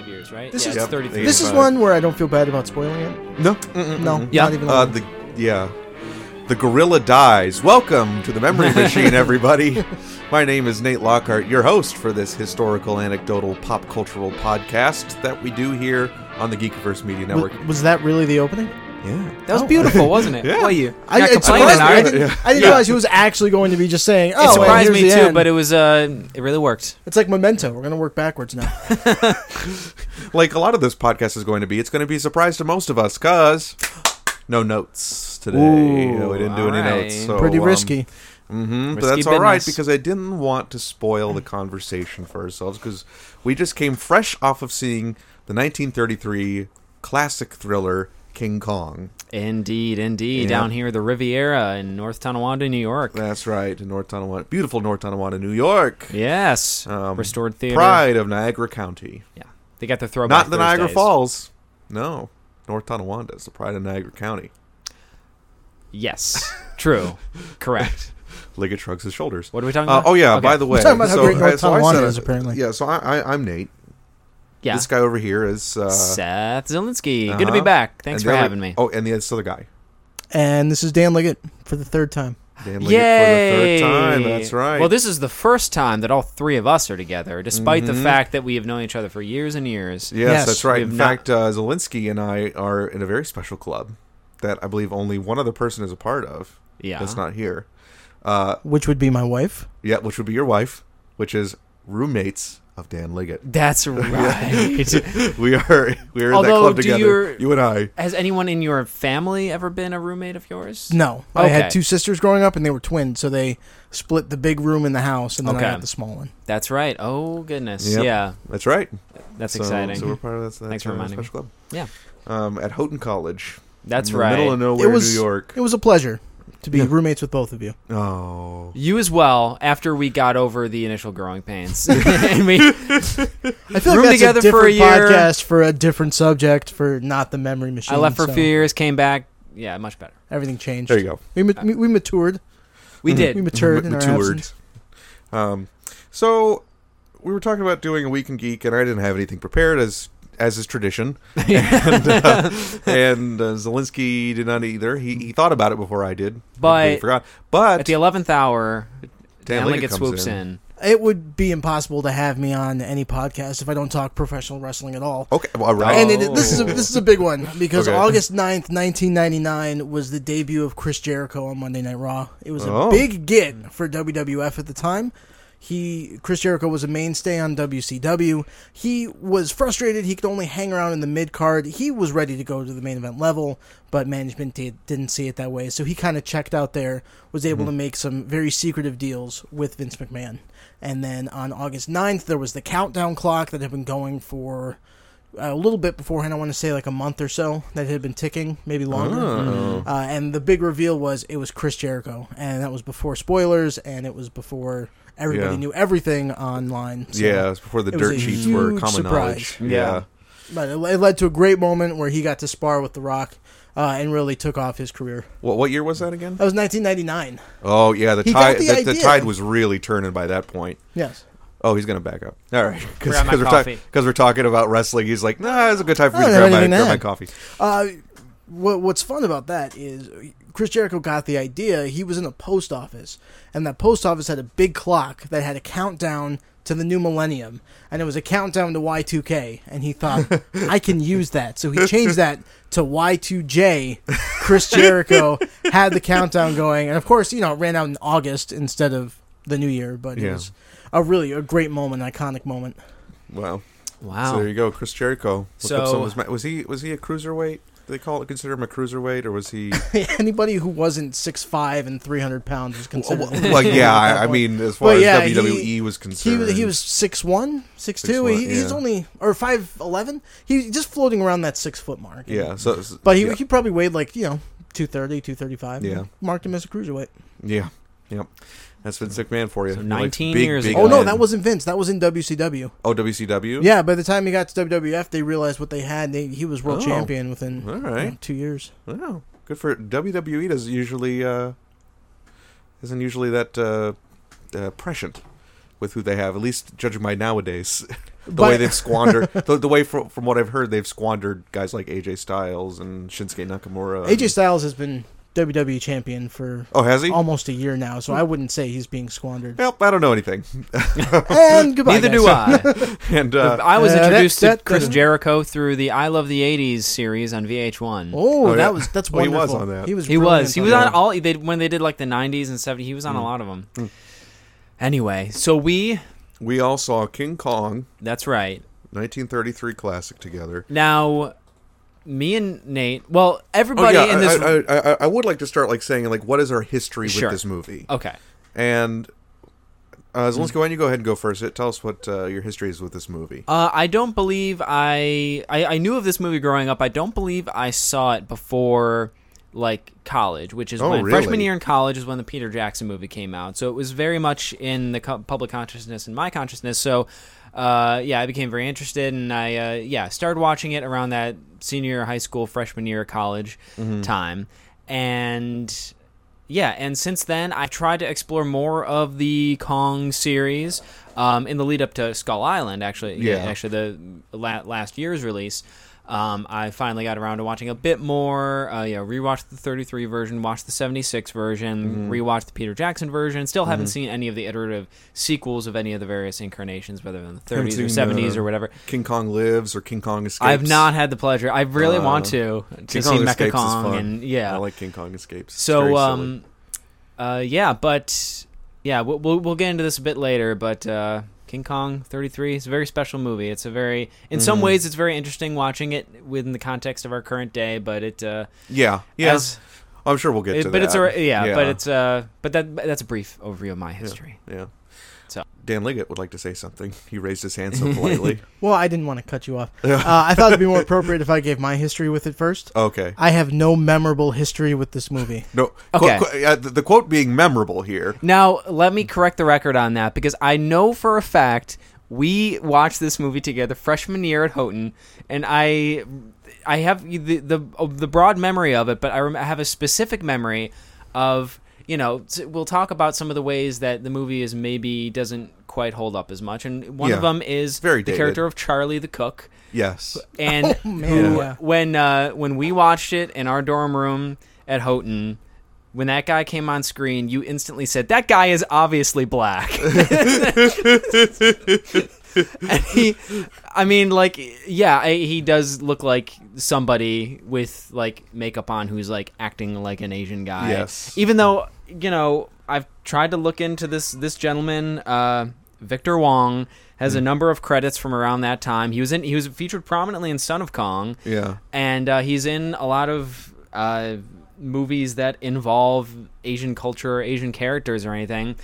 This is Yep, thirty three. they- This is Uh, one where I don't feel bad about spoiling it. No. No, Yeah. not even. a Uh, little. the yeah, the gorilla dies. Welcome to the Memory Machine, everybody. My name is Nate Lockhart, your host for this historical, anecdotal, pop cultural podcast that we do here on the Geekiverse Media Wa- Network. was that really the opening? Yeah. That was Oh. beautiful, wasn't it? Yeah. Well, you. I, not it complaining, surprised me. are I you? didn't, Yeah. I didn't realize he was actually going to be just saying. Oh, It and surprised here's me the too, end." but it was uh, it really worked. it's like Memento. We're gonna work backwards now. Like a lot of this podcast is going to be, it's going to be a surprise to most of us, cause no notes today. Ooh, we didn't do any alright. notes. So, Pretty um, risky. hmm but Risky that's all right business. because I didn't want to spoil the conversation for ourselves because we just came fresh off of seeing the 1933 classic thriller King Kong. Indeed, indeed. Yeah. Down here, the Riviera in North Tonawanda, New York. That's right, in North Tonawanda, beautiful North Tonawanda, New York, Yes, Um, restored theater. pride of Niagara County, Yeah, they got their throwback. not the Niagara Thursdays. Falls. No, North Tonawanda is the pride of Niagara County. Yes, true, correct. Liggett shrugs his shoulders. What are we talking Uh, about? oh yeah. Okay. By the way, uh, talking about how great I- North I Tonawanda said- is, apparently. Yeah. So I, I, I'm Nate. yeah, This guy over here is uh, Seth Zielinski. Good to be uh-huh. back. Thanks and for the other- having me. Oh, and the this other guy. And this is Dan Liggett for the third time. Dan Leggett Yay! for the third time. That's right. Well, this is the first time that all three of us are together, despite the Mhm. fact that we have known each other for years and years. yes, Yes, that's right. we In have not- fact, uh, Zelensky and I are in a very special club that I believe only one other person is a part of. Yeah. that's not here. Uh, which would be my wife. yeah, which would be your wife, which is roommates of Dan Liggett. That's right. We are we are in that Although, club do together. your- You and I. Has anyone in your family ever been a roommate of yours? No, I Okay. had two sisters growing up, and they were twins, so they split the big room in the house, and then Okay. I got the small one. That's right. Oh goodness. Yep. Yeah. That's right. That's so, exciting. So we're part of that. that's Thanks for our reminding me. special club. Yeah. Um, at Houghton College. That's in the right. Middle of nowhere, It was- New York. It was a pleasure to be Yeah. roommates with both of you. Oh. you as well. After we got over the initial growing pains, and we, I feel like Room that's together for a different a year. podcast for a different subject for not the memory machine. I left for so a few years, came back. Yeah, much better. Everything changed. There you go. We, ma- we, we matured. Uh, We Mhm. did. We matured. Ma- in our matured. absence. Um, so we were talking about doing a week in geek, and I didn't have anything prepared as as is tradition, and, uh, and uh, Zelensky did not either. He, he thought about it before I did, But- He forgot. But At the eleventh hour, Dan Liggett comes swoops in. It would be impossible to have me on any podcast if I don't talk professional wrestling at all. Okay, well, all right. And it, this is a, this is a big one because Okay. August 9th, 1999 was the debut of Chris Jericho on Monday Night Raw. It was a Oh. big get for WWF at the time. He Chris Jericho was a mainstay on WCW. He was frustrated he could only hang around in the mid card. He was ready to go to the main event level, but management did, didn't see it that way. So he kind of checked out there, was Mm-hmm. able to make some very secretive deals with Vince McMahon. And then on August 9th there was the countdown clock that had been going for a little bit beforehand. I want to say like a month or so that it had been ticking, maybe longer. Oh. Uh, and the big reveal was it was Chris Jericho, and that was before spoilers, and it was before everybody Yeah. knew everything online. So. Oh, yeah, it was before the it was dirt a sheets were huge common surprise. knowledge. Yeah. but it, it led to a great moment where he got to spar with The Rock, uh, and really took off his career. What what year was that again? That was 1999. Oh yeah, the He got tide the the, the idea. tide was really turning by that point. Yes, Oh, he's gonna back up. All right, Grab my we're, coffee. because we're talking about wrestling. He's like, nah, it's a good time for I me to don't have grab my, anything to grab my add. coffee. Uh, what what's fun about that is Chris Jericho got the idea. He was in a post office, and that post office had a big clock that had a countdown to the new millennium, and it was a countdown to Y2K. And he thought, I can use that, so he changed that to Y2J. Chris Jericho had the countdown going, and of course, you know, it ran out in August instead of the new year, but it Yeah. was a really a great moment, iconic moment. Wow. So Wow. Oh. there you go, Chris Jericho. Look So- up some of his ma- was he was he a cruiserweight? Do they call it consider him a cruiserweight, or was he? Anybody who wasn't six five and three hundred pounds was well, considered. well, yeah, I, I mean, as far Well, as yeah, WWE he- was He concerned, was he was six one, six two. 6'1", He, he's yeah. only or five eleven. He's just floating around that six foot mark. yeah. So but he yeah, he probably weighed like you know 230, 235. Yeah. marked him as a cruiserweight. yeah, yeah. That's Vince McMahon for you. So Like, 19 years ago. Oh no, man. that wasn't Vince. That was in WCW. oh WCW. Yeah, by the time he got to WWF, they realized what they had. They, he was world Oh. champion within All you know, right. two years. Wow. Good for WWE. Does usually uh, isn't usually that uh, uh, prescient with who they have, at least judging by nowadays. the By- way they've squandered, the, the way from, from what I've heard, they've squandered guys like AJ Styles and Shinsuke Nakamura. AJ Styles has been WWE champion for Oh, has he? almost a year now, so I wouldn't say he's being squandered. Well, I don't know anything. and goodbye. Neither guys. do I. and uh, I was Uh, that- introduced to that Chris doesn't- Jericho through the I Love the '80s series on VH1. Oh, Oh, yeah. that was that's Well, he wonderful. was on that. was. he brilliant was. He was that. on Hmm. all they when they did like the '90s and '70s. He was on a lot of them. Anyway, so we. we all saw King Kong That's right. 1933 classic together. Now, me and Nate. Well, Oh, everybody yeah, in this. I, I, I, I would like to start like saying like what is our history Sure. Uh, with this movie? okay. And uh, Zelensky, why don't you go ahead and go first? Tell us what uh, your history is with this movie. Mm. Uh, I don't believe I, I I knew of this movie growing up. I don't believe I saw it before like college, which is Oh, when really? freshman year in college is when the Peter Jackson movie came out. So it was very much in the co- public consciousness and my consciousness. So uh, yeah, I became very interested, and I uh, yeah started watching it around that senior high school freshman year of college time, and yeah, and since then I tried to explore more of the Kong series um, in the lead up to Skull Island. Actually, yeah, Yeah. actually the la- last year's release. Um, I finally got around to watching a bit more. Uh, yeah, rewatched the 33 version, watched the 76 Mm-hmm. version, rewatched the Peter Jackson version. Still haven't seen any of the iterative sequels of any of the various incarnations, whether in the 30s or seen, 70s uh, or whatever. King Kong lives or King Kong escapes. I've not had the pleasure. I really Uh, want to to King see Kong Mecha escapes is Kong fun. and yeah, I like King Kong escapes. It's very so, silly. um, uh, yeah, but yeah, we'll, we'll we'll get into this a bit later. But uh, King Kong 33 is a very special movie. It's a very, in some Mm-hmm. ways, it's very interesting watching it within the context of our current day. But it, uh, yeah, yeah. as- I'm sure we'll get it- to but that. it's a, yeah, but it's uh, but that that's a brief overview of my history. yeah. So- Dan Liggett would like to say something. He raised his hand so politely. Well, I didn't want to cut you off. uh, I thought it'd be more appropriate if I gave my history with it first. okay. I have no memorable history with this movie. No. Okay. Qu- qu- uh, the, the quote being memorable here. Now, let me correct the record on that because I know for a fact we watched this movie together freshman year at Houghton, and I, I have the the of the broad memory of it, but I, rem- I have a specific memory of you know s- we'll talk about some of the ways that the movie is maybe doesn't quite hold up as much, and one of Yeah. them is Very the dated. character of Charlie the cook Yes. and Oh, man. who, Yeah. when uh, when we watched it in our dorm room at Houghton, when that guy came on screen, you instantly said that guy is obviously black. and he, I mean, like, yeah, I, he does look like somebody with like makeup on who's like acting like an Asian guy. Yes. Even though you know, I've tried to look into this this gentleman, uh, Victor Wong, has a number of credits from around that time. He was in he was featured prominently in Son of Kong Yeah. and uh, he's in a lot of uh, movies that involve Asian culture or Asian characters or anything.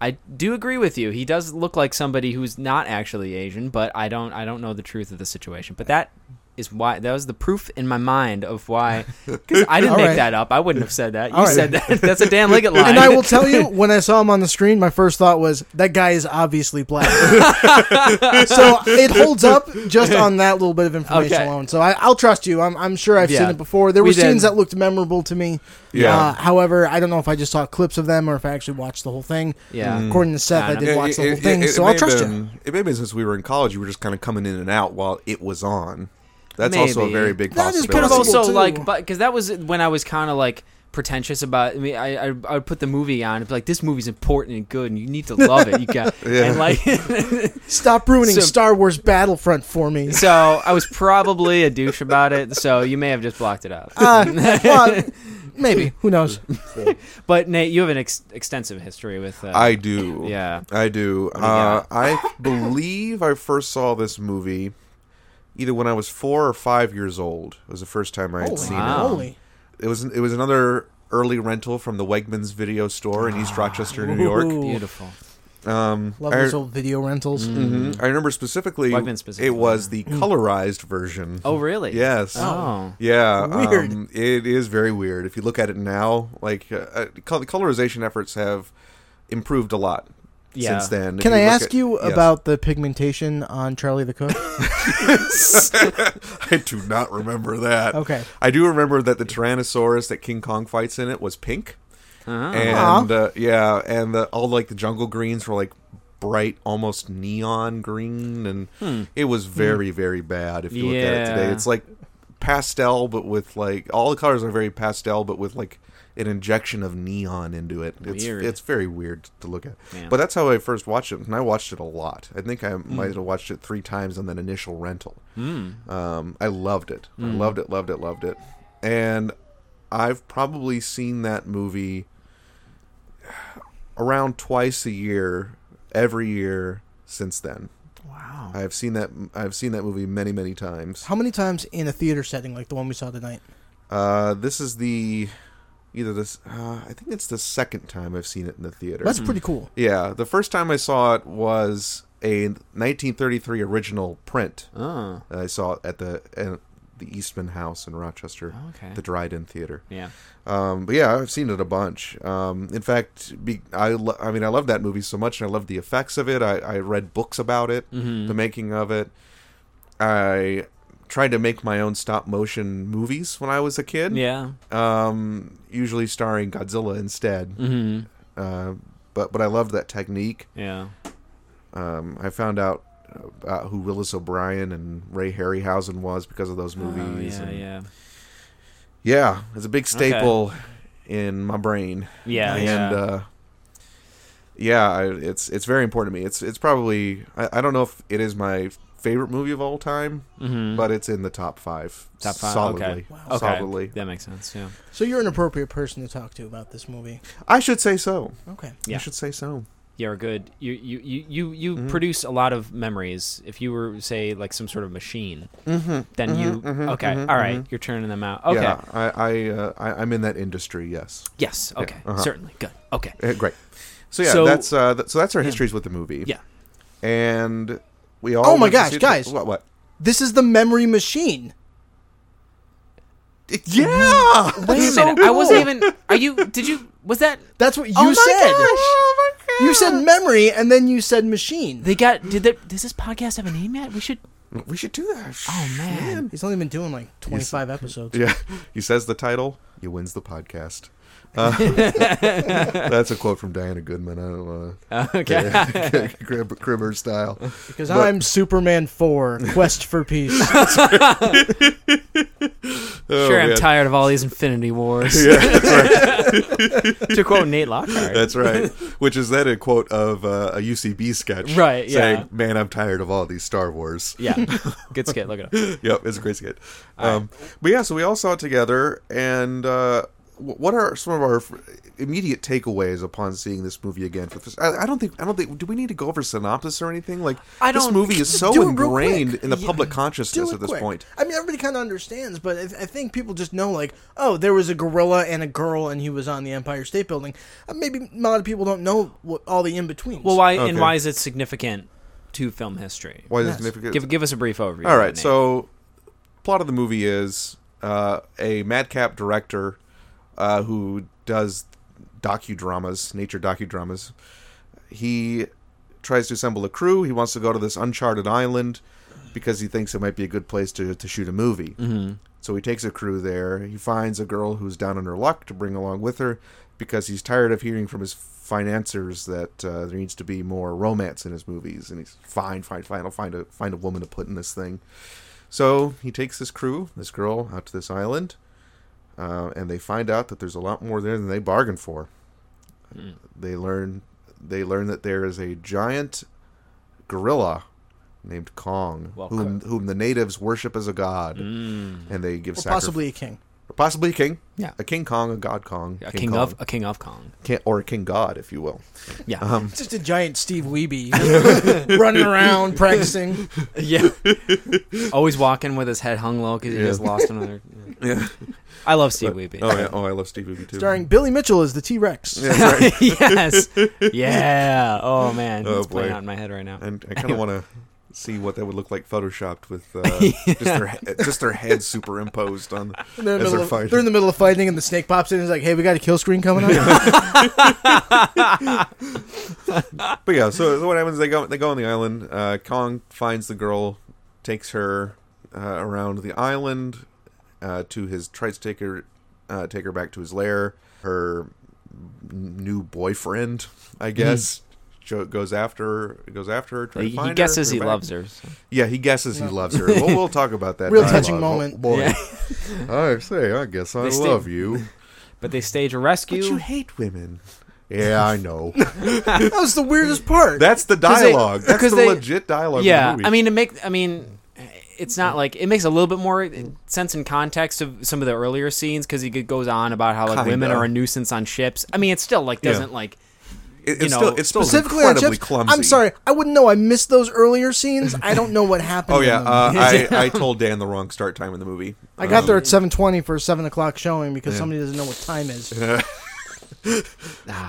I do agree with you. He does look like somebody who's not actually Asian, but I don't I don't know the truth of the situation. But that is why that was the proof in my mind of why because I didn't All make right. that up. I wouldn't have said that. You All right. said that. That's a Dan Liggett line. And I will tell you, when I saw him on the screen, my first thought was that guy is obviously black. so it holds up just on that little bit of information Okay. alone. So I, I'll trust you. I'm, I'm sure I've seen Yeah. it before. There We were scenes did. that looked memorable to me. Yeah. Uh, however, I don't know if I just saw clips of them or if I actually watched the whole thing. Yeah. Mm. According to Seth, I I, don't did Yeah, watch the whole it- thing, it- it so may I'll have trust you. been- It may have been since we were in college, you were just kind of coming in and out while it was on. That's also a Maybe. very big That is But possibility. it's possible. also too. like, but because that was when I was kind of like pretentious about. I mean, I, I I would put the movie on and be like, this movie's important and good, and you need to love it. You got and like Stop ruining So- Star Wars Battlefront for me. so. I was probably a douche about it, so you may have just blocked it out. Uh, well, maybe. Who knows? but Nate, you have an ex- extensive history with. Uh, I do. yeah. I do. do you Uh, got? I believe I first saw this movie either when I was four or five years old. It was the first time I had Holy seen Wow. moly. it. It was it was another early rental from the Wegmans video store in East Rochester, New York. Ooh. Beautiful. Um, Love I, those old video rentals. mhm. I remember specifically, Wegmans specifically, it was the Mm. colorized version. Oh really? Yes. Oh. Yeah, Weird. um, it is very weird. If you look at it now, like uh, uh, col- the colorization efforts have improved a lot Yeah. since then. If Can I look ask at- you Yes. about the pigmentation on Charlie the Cook? I do not remember that. Okay. I do remember that the Tyrannosaurus that King Kong fights in it was pink, Uh-huh. and uh, yeah, and the, all like the jungle greens were like bright, almost neon green, and it was very, very bad. If you look at it today, Hmm. Yeah. it's like pastel, but with like all the colors are very pastel, but with like an injection of neon into it. It's Weird. it's very weird to look at. Yeah. Hmm. But that's how I first watched it, and I watched it a lot. I think I might have watched it three times on that initial rental. Um, I loved it. I Hmm. loved it. Loved it. Loved it. And I've probably seen that movie around twice a year, every year since then. Wow. I've seen that. I've seen that movie many, many times. How many times in a theater setting like the one we saw tonight? Uh, this is the either this. Uh, I think it's the second time I've seen it in the theater. That's pretty cool. yeah, the first time I saw it was a 1933 original print. Oh. I saw it at the at the Eastman House in Rochester, Oh, Okay. the Dryden Theater. Yeah. Um, but yeah, I've seen it a bunch. Um, in fact, be, I, lo- I mean, I love that movie so much, and I love the effects of it. I, I read books about it, Mm-hmm. the making of it. I tried to make my own stop motion movies when I was a kid. Yeah. Um, usually starring Godzilla instead. hmm Uh, but but I loved that technique. Yeah. Um, I found out about who Willis O'Brien and Ray Harryhausen was because of those movies. Oh, yeah, and- yeah. yeah, it's a big staple in my brain. Yeah, and yeah. uh, yeah, I- it's it's very important to me. It's it's probably I, I don't know if it is my favorite movie of all time, Mhm. but it's in the top five. Top five. solidly, Okay. Wow. Okay. solidly. That makes sense. Yeah. So you're an appropriate person to talk to about this movie. I should say so. Okay. I Yeah. should say so. You're good. You you you you, you Mm-hmm. produce a lot of memories. If you were say like some sort of machine, Mm-hmm. then Mm-hmm, you okay. all right. You're turning them out. Okay. Yeah, I I, uh, I I'm in that industry. Yes, Yes. Okay. uh-huh. Certainly. Good. Okay. Eh, great. So yeah, So- that's uh, th- so that's our histories with the movie. Yeah. and we all. Oh my went to gosh, see it- guys. What what? This is the memory machine. Yeah. Wait a So minute. I wasn't cool. even. Are you? Did you? Was that? That's what you Oh my said. gosh. You said memory and then you said machine. They got? Did that? Does this podcast have a name yet? We should. We should do that. Oh man. He's only been doing like 25 episodes. Yeah, he says the title. He wins the podcast. Uh, that's a quote from Diana Goodman. I don't want okay. to crib, cribber style. Because But- I'm Superman 4, Quest for Peace. Oh, sure. I'm man. tired of all these Infinity Wars. to quote Nate Lockhart. That's right. Which is then a quote of uh, a UCB sketch, Right, yeah. Saying, "Man, I'm tired of all these Star Wars." yeah. Good skit. Look it up. yep, it's a great skit. Um, But yeah, so we all saw it together. And uh, wh- what are some of our f- immediate takeaways upon seeing this movie again? For this, I, I don't think I don't think. Do we need to go over synopsis or anything? Like I this don't- movie is so Do it real ingrained quick. in the public Do consciousness it at this quick. point. I mean, everybody kind of understands, but I, I think people just know, like, oh, there was a gorilla and a girl, and he was on the Empire State Building. Uh, maybe a lot of people don't know what, all the in betweens. Well, why Okay. and why is it significant to film history? Why is it Yes. significant? Give give us a brief overview. All right. Nate. So, plot of the movie is uh, a madcap director uh, who does docudramas, nature docudramas. He tries to assemble a crew. He wants to go to this uncharted island because he thinks it might be a good place to, to shoot a movie. Mm-hmm. So he takes a crew there. He finds a girl who's down on her luck to bring along with her because he's tired of hearing from his financiers that uh, there needs to be more romance in his movies. And he's fine, fine, fine. I'll find a find a woman to put in this thing. So he takes this crew, this girl, out to this island, uh, and they find out that there's a lot more there than they bargained for. They learn they learn that there is a giant gorilla named Kong, Well, whom, whom the natives worship as a god, and they give Or sacrifice. possibly a king. possibly a king, Yeah. a king Kong, a god Kong, a king, Kong. of a king of Kong. King- or a king god, if you will. Yeah. Uh-huh. Mm. It's just a giant Steve Weeby running around practicing. yeah. Always walking with his head hung low because he Yeah. just lost another. yeah. Yeah. I love Steve Weeby. Oh yeah. Oh, I love Steve Oogie too. Starring Billy Mitchell as the T Rex. yes. Yeah. Oh man, Oh, it's playing boy. out in my head right now. and I kind of want to see what that would look like photoshopped with uh, just their he- just their head superimposed on They're, in the as middle they're of, fighting. they're in the middle of fighting, and the snake pops in and is like, hey, we got a kill screen coming up. but yeah, so, so what happens? They go they go on the island. Uh, Kong finds the girl, takes her uh, around the island uh, to his tries to take her uh, take her back to his lair. Her n- new boyfriend, I guess. jo- goes after goes after her. tries Mm-hmm. to He, he find her, guesses he bring her back. loves her. so. Yeah, he guesses he loves her. We'll, we'll talk about that. Real dialogue. Oh, touching moment. boy. Yeah. I say, I guess I They stay- love you. But they stage a But rescue. you hate women. Yeah, I know. that was the weirdest part. That's the 'Cause they- dialogue. That's 'cause the they- legit dialogue. of the yeah, movie. I mean it make I mean it's not like it makes a little bit more sense in context of some of the earlier scenes because he goes on about how like Kinda. women are a nuisance on ships. I mean, it still like Yeah. doesn't like It- it's you know, still it's still specifically on incredibly chips. clumsy. I'm sorry, I wouldn't know. I missed those earlier scenes. I don't know what happened. Oh in yeah, them. uh, I, I told Dan the wrong start time in the movie. Um, I got there at 7:20 for a seven o'clock showing because somebody doesn't know what time is.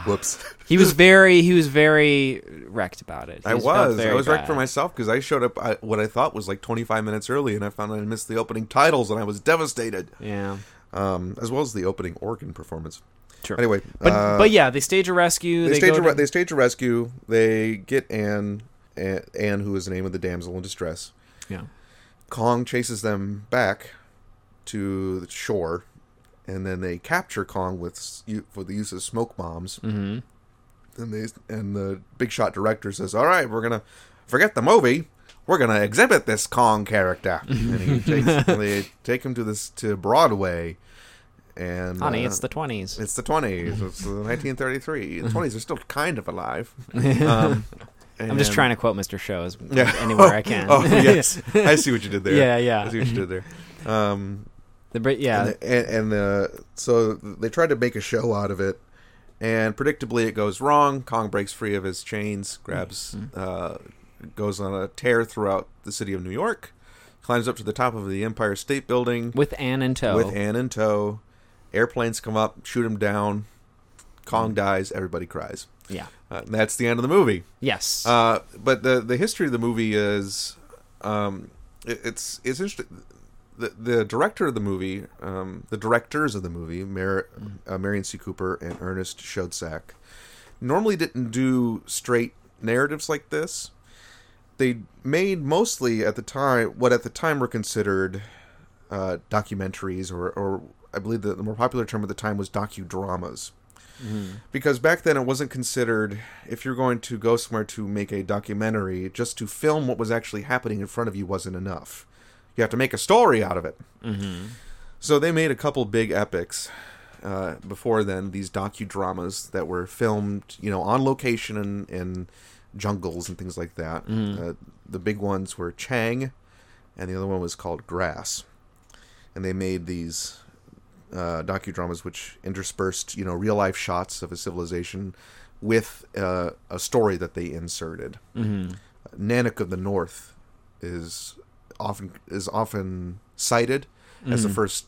Whoops. he was very he was very wrecked about it. He I just felt was. I very was wrecked for bad. myself because I showed up I, what I thought was like 25 minutes early, and I found I missed the opening titles, and I was devastated, Yeah. um, as well as the opening organ performance. Sure. Anyway, But uh, but yeah, they stage a rescue. they, They, stage go a, to- re- they stage a rescue. They get Anne, Anne, Anne, who is the name of the damsel in distress. yeah. Kong chases them back to the shore, and then they capture Kong with s- u- for the use of smoke bombs. Mm-hmm. And they and the big shot director says, "All right, we're gonna forget the movie. We're gonna exhibit this Kong character." and he takes, they take him to this to Broadway, and Honey, uh, it's the Mm-hmm. twenties. it's the 20s. It's uh, 1933. The 20s are still kind of alive. Um, I'm just trying to quote Mr. Shows Yeah. anywhere I can. Um, Oh yes, I see what you did there. Yeah, yeah. I see what you did there. Um, The Brit, yeah. and, the, and, and the so they tried to make a show out of it, and predictably it goes wrong. Kong breaks free of his chains, grabs, Mm-hmm. uh, goes on a tear throughout the city of New York, climbs up to the top of the Empire State Building with Anne in tow. with Anne in tow. Airplanes come up, shoot him down. Mm. Kong dies. Everybody cries. yeah. Uh, and that's the end of the movie. Yes. Uh, but the the history of the movie is, um, it, it's it's interesting. The, the director of the movie, um, the directors of the movie, Mar- uh, Marion C. Cooper and Ernest Schoedsack, normally didn't do straight narratives like this. They made mostly at the time what at the time were considered uh, documentaries, or, or I believe the, the more popular term at the time was docudramas because back then it wasn't considered if you're going to go somewhere to make a documentary just to film what was actually happening in front of you wasn't enough you have to make a story out of it mm-hmm. so they made a couple big epics uh, before then these docudramas that were filmed you know on location in, in jungles and things like that uh, the big ones were chang and the other one was called grass and they made these uh, docudramas which interspersed you know real life shots of a civilization with uh, a story that they inserted. Mm-hmm. Nanak of the North is often is often cited as the Mm. first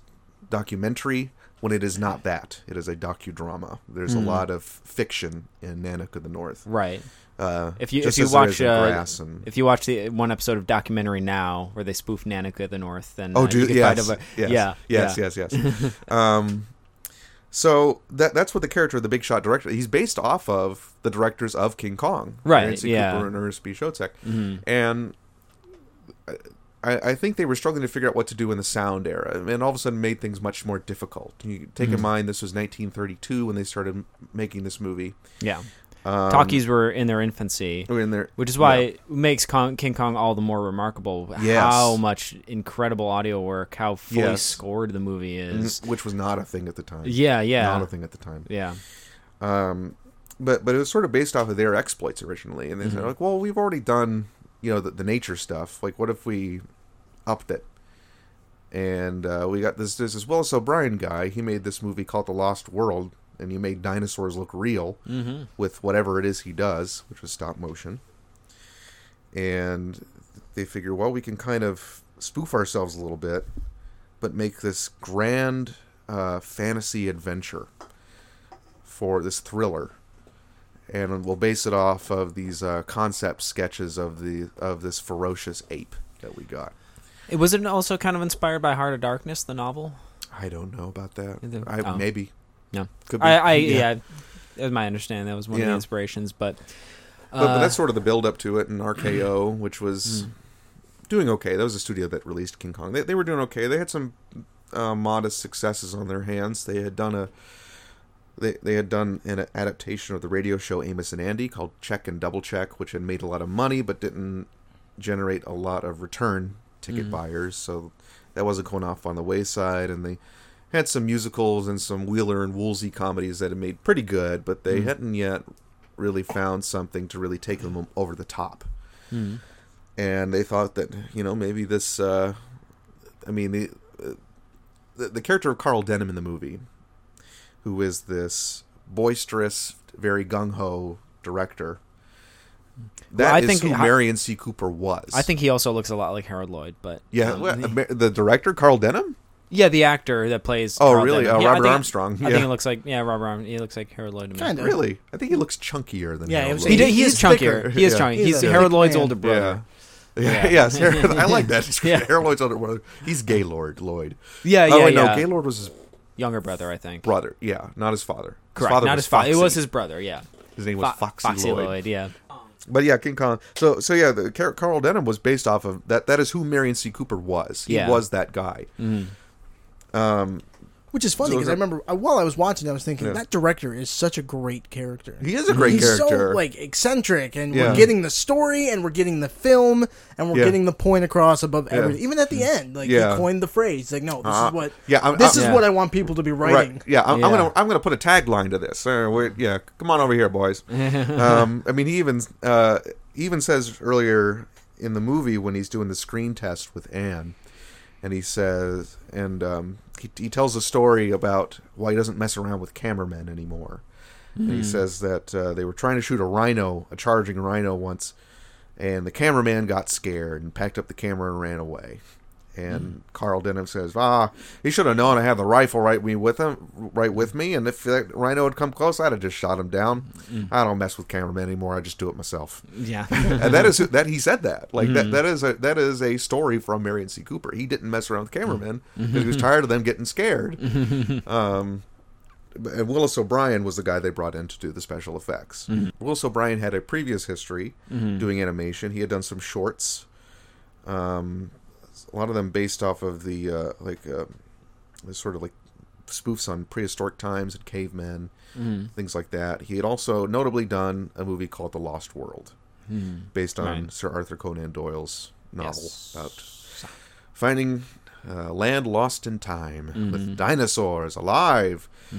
documentary when it is not that it is a docudrama. There's Mm. a lot of fiction in Nanak of the North. right. Uh, If you just if you as there watch is in uh, Grass and- if you watch the one episode of documentary now where they spoof Nanika the North, then Oh, uh, you do can yes, find out- yes, yeah, yes, yeah. yes, yes. um, so that that's what the character of the Big Shot director. He's based off of the directors of King Kong, Right, Aaron C. yeah. Cooper and Ernest B. Shotzak, mm-hmm. and. I, I think they were struggling to figure out what to do in the sound era, and all of a sudden made things much more difficult. You take Mm-hmm. in mind this was 1932 when they started making this movie. yeah. Um, Talkies were in their infancy, we're in there, which is why yeah. it makes Kong, King Kong all the more remarkable. Yes. How much incredible audio work, how fully Yes. scored the movie is. which was not a thing at the time. Yeah, yeah, not a thing at the time. yeah. um, but but it was sort of based off of their exploits originally, and they said like, well, we've already done you know the, the nature stuff. Like, what if we upped it? And uh, we got this this this Willis O'Brien guy. He made this movie called The Lost World, and he made dinosaurs look real with whatever it is he does, which was stop motion. And they figure, well, we can kind of spoof ourselves a little bit, but make this grand uh, fantasy adventure for this thriller, and we'll base it off of these uh, concept sketches of the of this ferocious ape that we got. It wasn't also kind of inspired by Heart of Darkness, the novel. I don't know about that. Either- I, oh. Maybe No, could be. I, I Yeah. yeah. That's my understanding. That was one of Yeah. the inspirations, but but, but Uh, that's sort of the build up to it, and RKO, which was doing okay. That was a studio that released King Kong. They they were doing okay. They had some uh, modest successes on their hands. They had done a they, they had done an adaptation of the radio show Amos and Andy called Check and Double Check, which had made a lot of money but didn't generate a lot of return ticket buyers. So that wasn't going off on the wayside. And they had some musicals and some Wheeler and Woolsey comedies that had made pretty good, but they hadn't yet really found something to really take them over the top. uh, hmm. And they thought that, you know, maybe this. Uh, I mean, the, the the character of Carl Denham in the movie, who is this boisterous, very gung ho director. That I is think- who I- Marion C. Cooper was. I think he also looks a lot like Harold Lloyd, but Yeah, um, well, Amer- the director Carl Denham. yeah, the actor that plays. Oh, Carl really? Denham. Oh, Yeah, I Robert think- Armstrong. I Yeah. think it looks like yeah, Robert Armstrong. He looks like Harold Lloyd to me. Kinda. Really, I think he looks chunkier than. Yeah, Harold I was He, Lloyd. did, he is He's chunkier. thicker. He is Yeah. chunky. He's He's, a Harold thick Lloyd's man. older Yeah. brother. Yeah. Yeah. yes, Harold- I like that. Yeah. Harold Lloyd's older brother. He's Gaylord Lloyd. Yeah, yeah, oh, wait, no, yeah. Gaylord was his Younger brother, I think. brother. Yeah, not his father. His Correct. father Not was his father. It Foxy. was his brother. Yeah. His name was Fo- Foxy, Lloyd. Yeah. But yeah, King Kong. So so yeah, the Car- Carl Denham was based off of that. That is who Marion C. Cooper was. He Yeah. Mm. was that guy. Which is funny So because is I it- remember uh, while I was watching, I was thinking Yeah. that director is such a great character. He is a great He's character. so like eccentric, and Yeah. we're getting the story, and we're getting the film, and we're Yeah. getting the point across above everything. Even at the end, like Yeah. he coined the phrase, like, "No, this Uh, is what. yeah, I'm- this I'm- is yeah. what I want people to be writing." Right. Yeah, I'm, I'm Yeah. gonna I'm gonna put a tagline to this. Uh, wait, yeah, come on over here, boys. um, I mean, he even uh, he even says earlier in the movie when he's doing the screen test with Anne, and he says, and um, he, he tells a story about why he doesn't mess around with cameramen anymore. And he says that uh, they were trying to shoot a rhino, a charging rhino once, and the cameraman got scared and packed up the camera and ran away. And Carl Denham says, "Ah, he should have known I had the rifle right me with him, right with me. And if that rhino had come close, I'd have just shot him down. I don't mess with cameramen anymore. I just do it myself." Yeah. and that is that he said that. Like that that is a that is a story from Marion C. Cooper. He didn't mess around with cameramen because he was tired of them getting scared. um, and Willis O'Brien was the guy they brought in to do the special effects. Willis O'Brien had a previous history doing animation. He had done some shorts, um, a lot of them based off of the uh, like uh, sort of like spoofs on prehistoric times and cavemen, things like that. He had also notably done a movie called The Lost World based on Right. Sir Arthur Conan Doyle's novel Yes. about finding uh, land lost in time Mm-hmm. with dinosaurs alive, Hmm.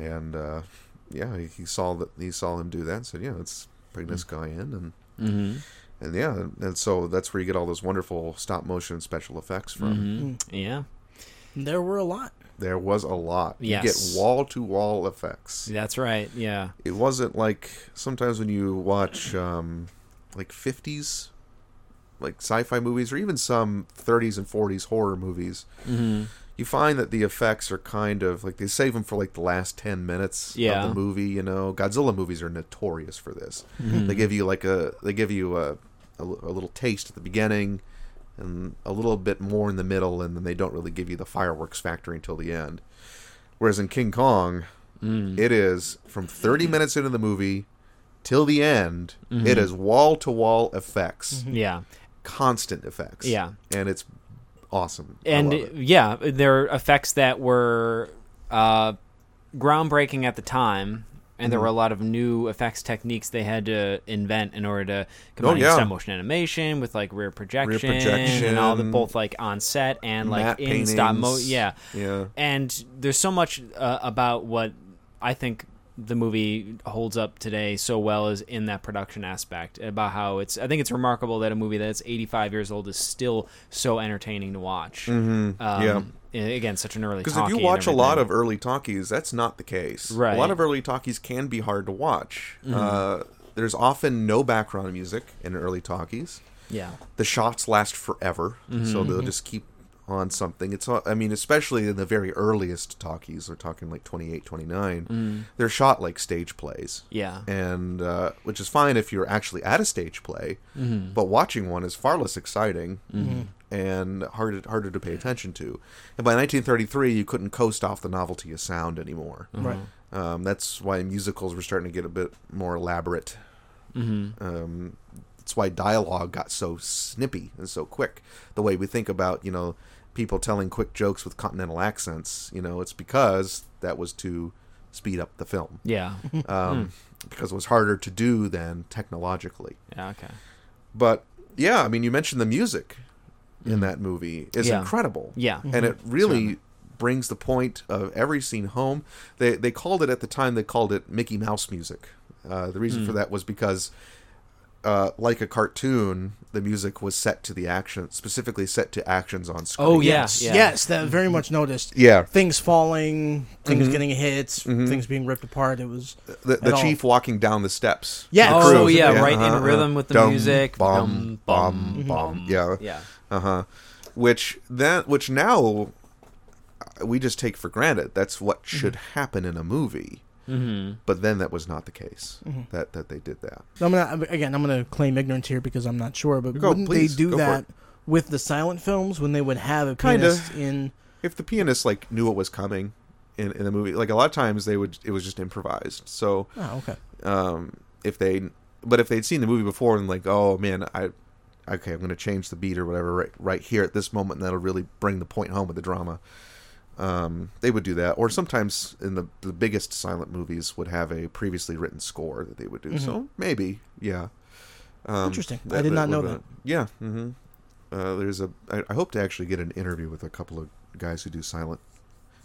and uh, yeah, he, he saw that he saw him do that. And said, "Yeah, let's bring this Hmm. guy in," and Mm-hmm. and yeah, and, and so that's where you get all those wonderful stop motion special effects from. Mm-hmm. yeah. And there were a lot. There was a lot. You Yes. get wall to wall effects. That's right. Yeah. it wasn't like sometimes when you watch um, like 50s like sci-fi movies or even some 30s and 40s horror movies you find that the effects are kind of like they save them for like the last 10 minutes Yeah. of the movie you know godzilla movies are notorious for this they give you like a they give you a, a, li- a little taste at the beginning and a little bit more in the middle and then they don't really give you the fireworks factory until the end Whereas in King Kong, Mm. it is from 30 Mm-hmm. minutes into the movie till the end, it is wall to wall effects, Yeah. constant effects. Yeah. And it's awesome. I and love it. yeah, there are effects that were uh, groundbreaking at the time, and Mm-hmm. there were a lot of new effects techniques they had to invent in order to combine Oh, yeah. stop motion animation with like rear projection, projection. and all the both like on set and like Matte in stop motion. paintings. Yeah, Yeah. and there's so much uh, about what I think the movie holds up today so well is in that production aspect about how it's I think it's remarkable that a movie that's 85 years old is still so entertaining to watch. Mm-hmm. Um, yeah. Again, such an early Because if you talkie watch a and lot everything. of early talkies, that's not the case. A lot Right. Mm-hmm. of early talkies can be hard to watch. Uh, there's often no background music in early talkies. yeah, the shots last forever, so they'll just keep on something. It's all- I mean, especially in the very earliest talkies, we're talking like 28, 29, they're shot like stage plays. Yeah. And uh, which is fine if you're actually at a stage play, but watching one is far less exciting. And harder, harder to pay attention to. And by 1933, you couldn't coast off the novelty of sound anymore. Mm. Right. Um, that's why musicals were starting to get a bit more elaborate. Mm-hmm. Um, that's why dialogue got so snippy and so quick. The way we think about, you know, people telling quick jokes with continental accents, you know, it's because that was to speed up the film Yeah. um, because it was harder to do than technologically. yeah. Okay. But yeah, I mean, you mentioned the music in that movie is Yeah. incredible. Yeah. and it really brings the point of every scene home. They they called it at the time they called it Mickey Mouse music. Uh, the reason Mm. for that was because. Uh, like a cartoon, the music was set to the action, specifically set to actions on screen. Oh yeah. Yes, yeah. yes, that very much noticed. yeah. Things falling, things Mm-hmm. getting hit, things being ripped apart. It was The, the all. chief walking down the steps. Yes. The Oh crew. yeah, right uh-huh, in rhythm with the Dum, music. Bum, bum, bum, bum, Yeah. Yeah. Uh huh. Which that which now uh, we just take for granted. That's what Mm-hmm. should happen in a movie. Mm-hmm. But then that was not the case. That that they did that. I'm gonna again. I'm gonna claim ignorance here because I'm not sure. But Go, wouldn't please, they do go for that it. with the silent films when they would have a Kinda. pianist in? If the pianist like knew what was coming in in the movie, like a lot of times they would it was just improvised. So Oh, okay. um, if they but if they'd seen the movie before and like oh man i okay i'm going to change the beat or whatever right right here at this moment and that'll really bring the point home with the drama um, they would do that or sometimes in the the biggest silent movies would have a previously written score that they would do so maybe yeah um, Mm-hmm. Interesting. I did not know would've- that. yeah hmm uh, there's a I, I hope to actually get an interview with a couple of guys who do silent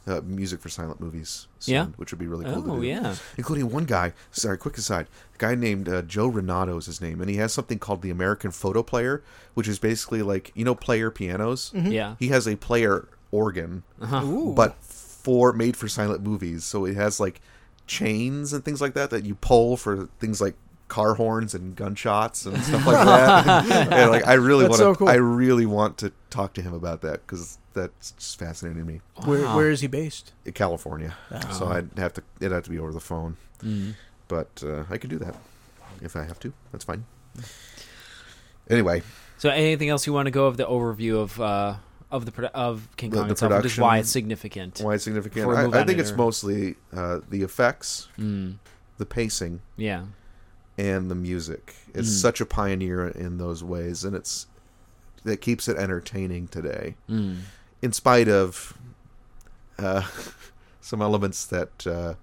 uh, music for silent movies soon, Yeah. which would be really cool to Oh do yeah. including one guy. Sorry, quick aside. A guy named uh, Joe Renato is his name, and he has something called the American Photo Player, which is basically like you know player pianos. Yeah. He has a player organ, Mm-hmm. Ooh. but for made for silent movies. So it has like chains and things like that that you pull for things like car horns and gunshots and stuff like that. and like I really want That's so to, cool. I really want to talk to him about that because that's just fascinating to me. where, Wow. where is he based? Uh, California. So Oh. I'd have to. It'd have to be over the phone. Mm-hmm. But uh, I could do that if I have to. That's fine. Anyway, So anything else you want to go of the overview of uh, of the produ- of King The- Kong the itself, which is why production- it's significant. why it's significant? Before we move I, I on think to it's their- mostly uh, the effects, Mm, the pacing, yeah. and the music. It's Mm. such a pioneer in those ways, and it's that keeps it entertaining today, Mm, in spite of uh, some elements that uh,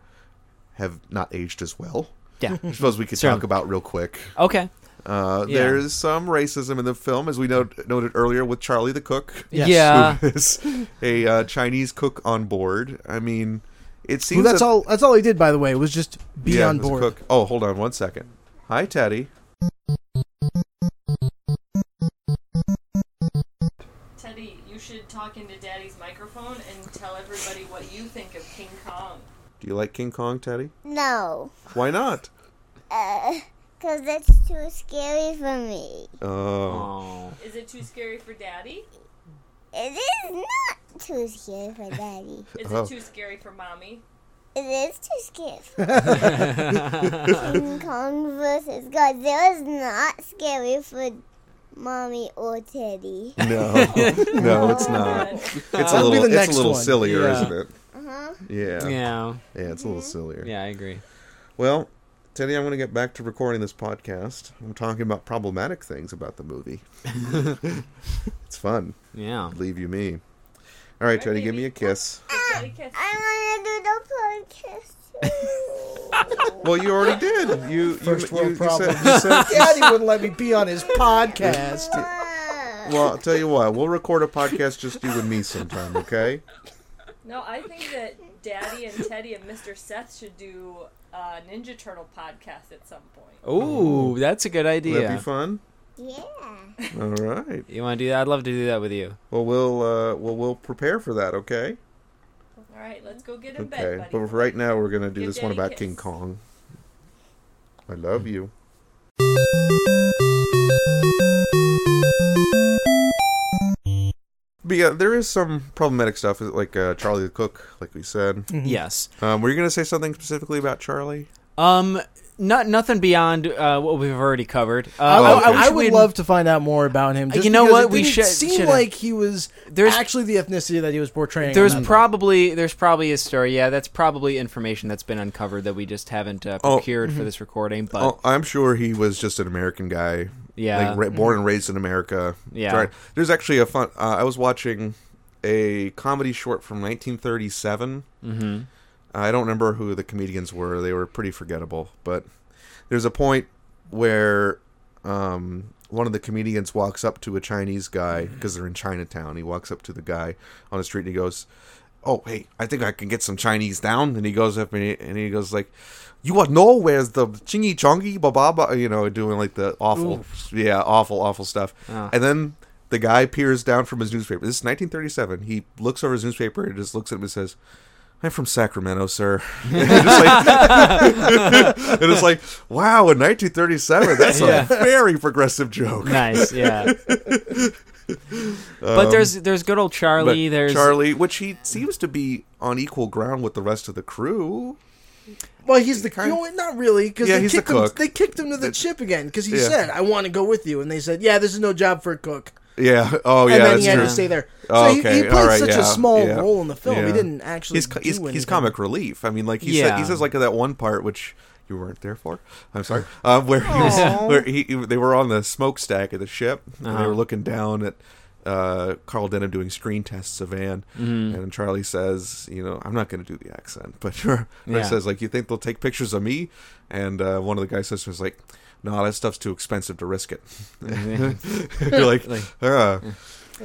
have not aged as well. yeah. I suppose we could Certainly. talk about real quick. Okay. Uh, Yeah. There's some racism in the film, as we note, noted earlier with Charlie the cook, Yes. Yeah. who is a uh, Chinese cook on board. I mean, it seems Well, that's that- all. That's all he did, by the way, was just be Yeah, on as a board. cook. Oh, hold on one second. Hi, Teddy. Teddy, you should talk into Daddy's microphone and tell everybody what you think of King Kong. Do you like King Kong, Teddy? No, Why not? because it's too scary for me. Oh, Oh. Is it too scary for Daddy? It is not too scary for daddy. Is Oh. it too scary for Mommy? It is too scary for King Kong versus Godzilla is not scary for mommy or Teddy. no, no, it's not. It's a That'll be little, the it's a next little one. sillier, Yeah. isn't it? Uh-huh. Yeah. yeah, Yeah. it's a little sillier. Yeah, I agree. Well, Teddy, I'm going to get back to recording this podcast. I'm talking about problematic things about the movie. it's fun. Yeah. Leave you me. All right, Teddy, give me a kiss. Give Daddy a kiss. I want to do the podcast. too. Well, you already did. You First you, world you, you problems. said, you said- Daddy wouldn't let me be on his podcast. Ah. well, I'll tell you what. We'll record a podcast just you and me sometime, okay? No, I think that Daddy and Teddy and Mr. Seth should do a Ninja Turtle podcast at some point. Ooh, that's a good Would idea. that be fun? yeah. All right. You want to do that? I'd love to do that with you. Well, we'll uh, well we'll prepare for that, okay? All right, let's go get in Okay. bed, But buddy. for right now, we're gonna do Give this one Daddy about a kiss. King Kong. I love you. But yeah, there is some problematic stuff, like uh, Charlie the Cook, like we said. Yes. Um, were you going to say something specifically about Charlie? Um. Not nothing beyond uh, what we've already covered. Uh, I, I- I Oh, I wish would we'd- love to find out more about Uh, him. Just You know because what? It We didn't should- seem should've- like he was There's- actually the ethnicity that he was portraying. There's on that probably there's probably a story. Yeah, that's probably information that's been uncovered that we just haven't uh, Oh, procured for this recording. But oh, I'm sure he was just an American guy. Yeah. Like, ra- born and raised in America. Yeah. Right. There's actually a fun. Mm-hmm. Uh, I was watching a comedy short from 1937. I don't remember who the comedians were. They were pretty forgettable. But there's a point where um, one of the comedians walks up to a Chinese guy because they're in Chinatown. He walks up to the guy on the street and he goes, "Oh, hey, I think I can get some Chinese down." And he goes up and he, and he goes like, "You are know where's the chingy chongy ba ba ba?" You know, doing like the awful, yeah, awful, awful stuff. Ah. And then the guy peers down from his newspaper. This is 1937. He looks over his newspaper and just looks at him and says. I'm from Sacramento, sir. and, it's like, and it's like, wow, in 1937, that's Yeah. a very progressive joke. nice, yeah. but there's there's good old But Charlie. There's Charlie, which he seems to be on equal ground with the rest of the crew. Well, he's the Kind you know what, not really because Yeah, they he's the kicked him. cook. They kicked him to the chip again because he Yeah. said, "I want to go with you," and they said, "Yeah, this is no job for a cook." Yeah. Oh, yeah. and then that's he had true. to stay there. So Oh, he- okay. he, All played right, such yeah, a small yeah, role in the film. yeah. He didn't actually. He's co- he's, do he's anything. comic relief. I mean, like he said, Yeah. he says like that one part which you weren't there for. I'm sorry. Uh, where he was, where he, he- they were on the smokestack of the ship and they Uh-huh. were looking down at. Uh, Carl Denham doing screen tests of Anne, Mm. and Charlie says, "You know, I'm not going to do the accent, but sure." Yeah. says, "Like, you think they'll take pictures of me?" And uh, one of the guys says, "Was like, no, that stuff's too expensive to risk it." You're like, Like- "Uh."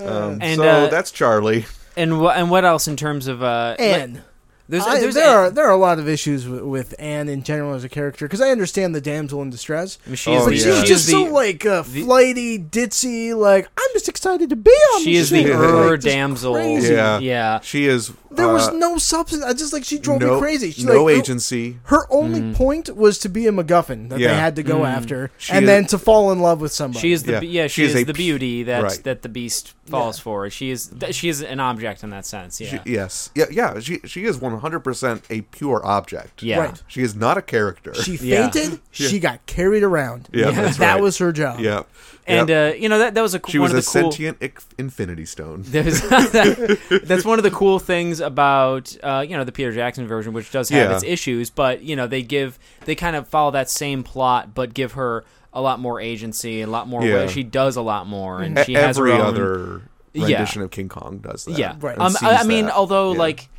Um, And, so uh, that's Charlie. and what and what else in terms of uh? And like, there's, I- there's there a- are there are a lot of issues with, with Anne in general as a character because I understand the damsel in distress. I mean, she is Oh, the, But yeah. she she's is just the- so like uh, the- flighty, ditzy. Like I'm just excited to be on. she this is the ship," er like, just damsel. crazy. Yeah. yeah. She is. There was uh, no substance. I just like she drove no, me crazy. She, no like, oh. her- agency. Her only point was to be a MacGuffin that Mm. Yeah. they had to Mm. go after, She and is- then to fall in love with somebody. She is the Yeah. yeah, yeah she, She is is, a the pu- beauty that right. that the beast falls for. She is th- she is an object in that sense. Yeah. She, yes. Yeah. Yeah. She she is one hundred percent a pure object. yeah. Right. She is not a character. She Yeah. fainted. She got carried around. Yeah, that's that right. was her job. Yep. And Yep. uh, you know that that was a cool she one was a of the cool sentient ec- infinity stone. There's that's one of the cool things about uh, you know the Peter Jackson version, which does have Yeah. its issues, but you know they give they kind of follow that same plot, but give her a lot more agency, a lot more. Yeah. way- She does a lot more, and E- she has her Every own- other Yeah. rendition of King Kong does that. Yeah, Right. Um, And I, I sees mean, that. although Yeah. like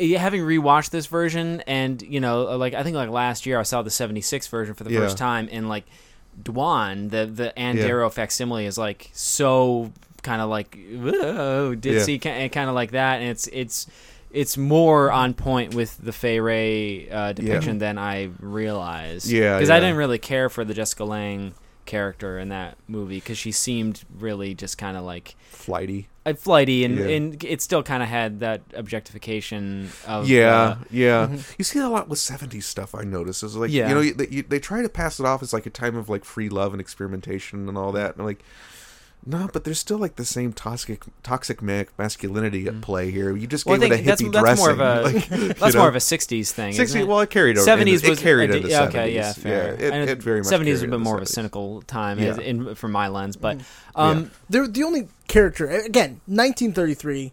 eh, having rewatched this version, and you know, uh, like I think like last year I saw the '76 version for the Yeah. first time, and like Dwan, the the Yeah. Andero facsimile is like so kind of like whoa, ditzy, kind of like that, and it's it's. It's more on point with the Fay Ray uh, depiction than I realized. Yeah, because yeah. I didn't really care for the Jessica Lange character in that movie because she seemed really just kind of like flighty. uh, flighty and, Yeah. and it still kind of had that objectification of Yeah, uh, yeah. You see that a lot with '70s stuff. I notice is like, Yeah. you know, you, they, you, they try to pass it off as like a time of like free love and experimentation and all that. And I'm like, no, but there's still like the same toxic toxic ma- masculinity at play here. You just Mm-hmm. well, I gave it a think hippie that's, that's dressing. more of a like, you that's know? more of a '60s thing. isn't 60s it? well, it carried over. '70s in the, was it carried uh, into yeah, 70s. okay, yeah, fair. Yeah, it, And it very much. '70s was a carried bit into more of the a 70s. cynical time, Yeah. Mm. as- in, from my lens. But um, They're the only character again. 1933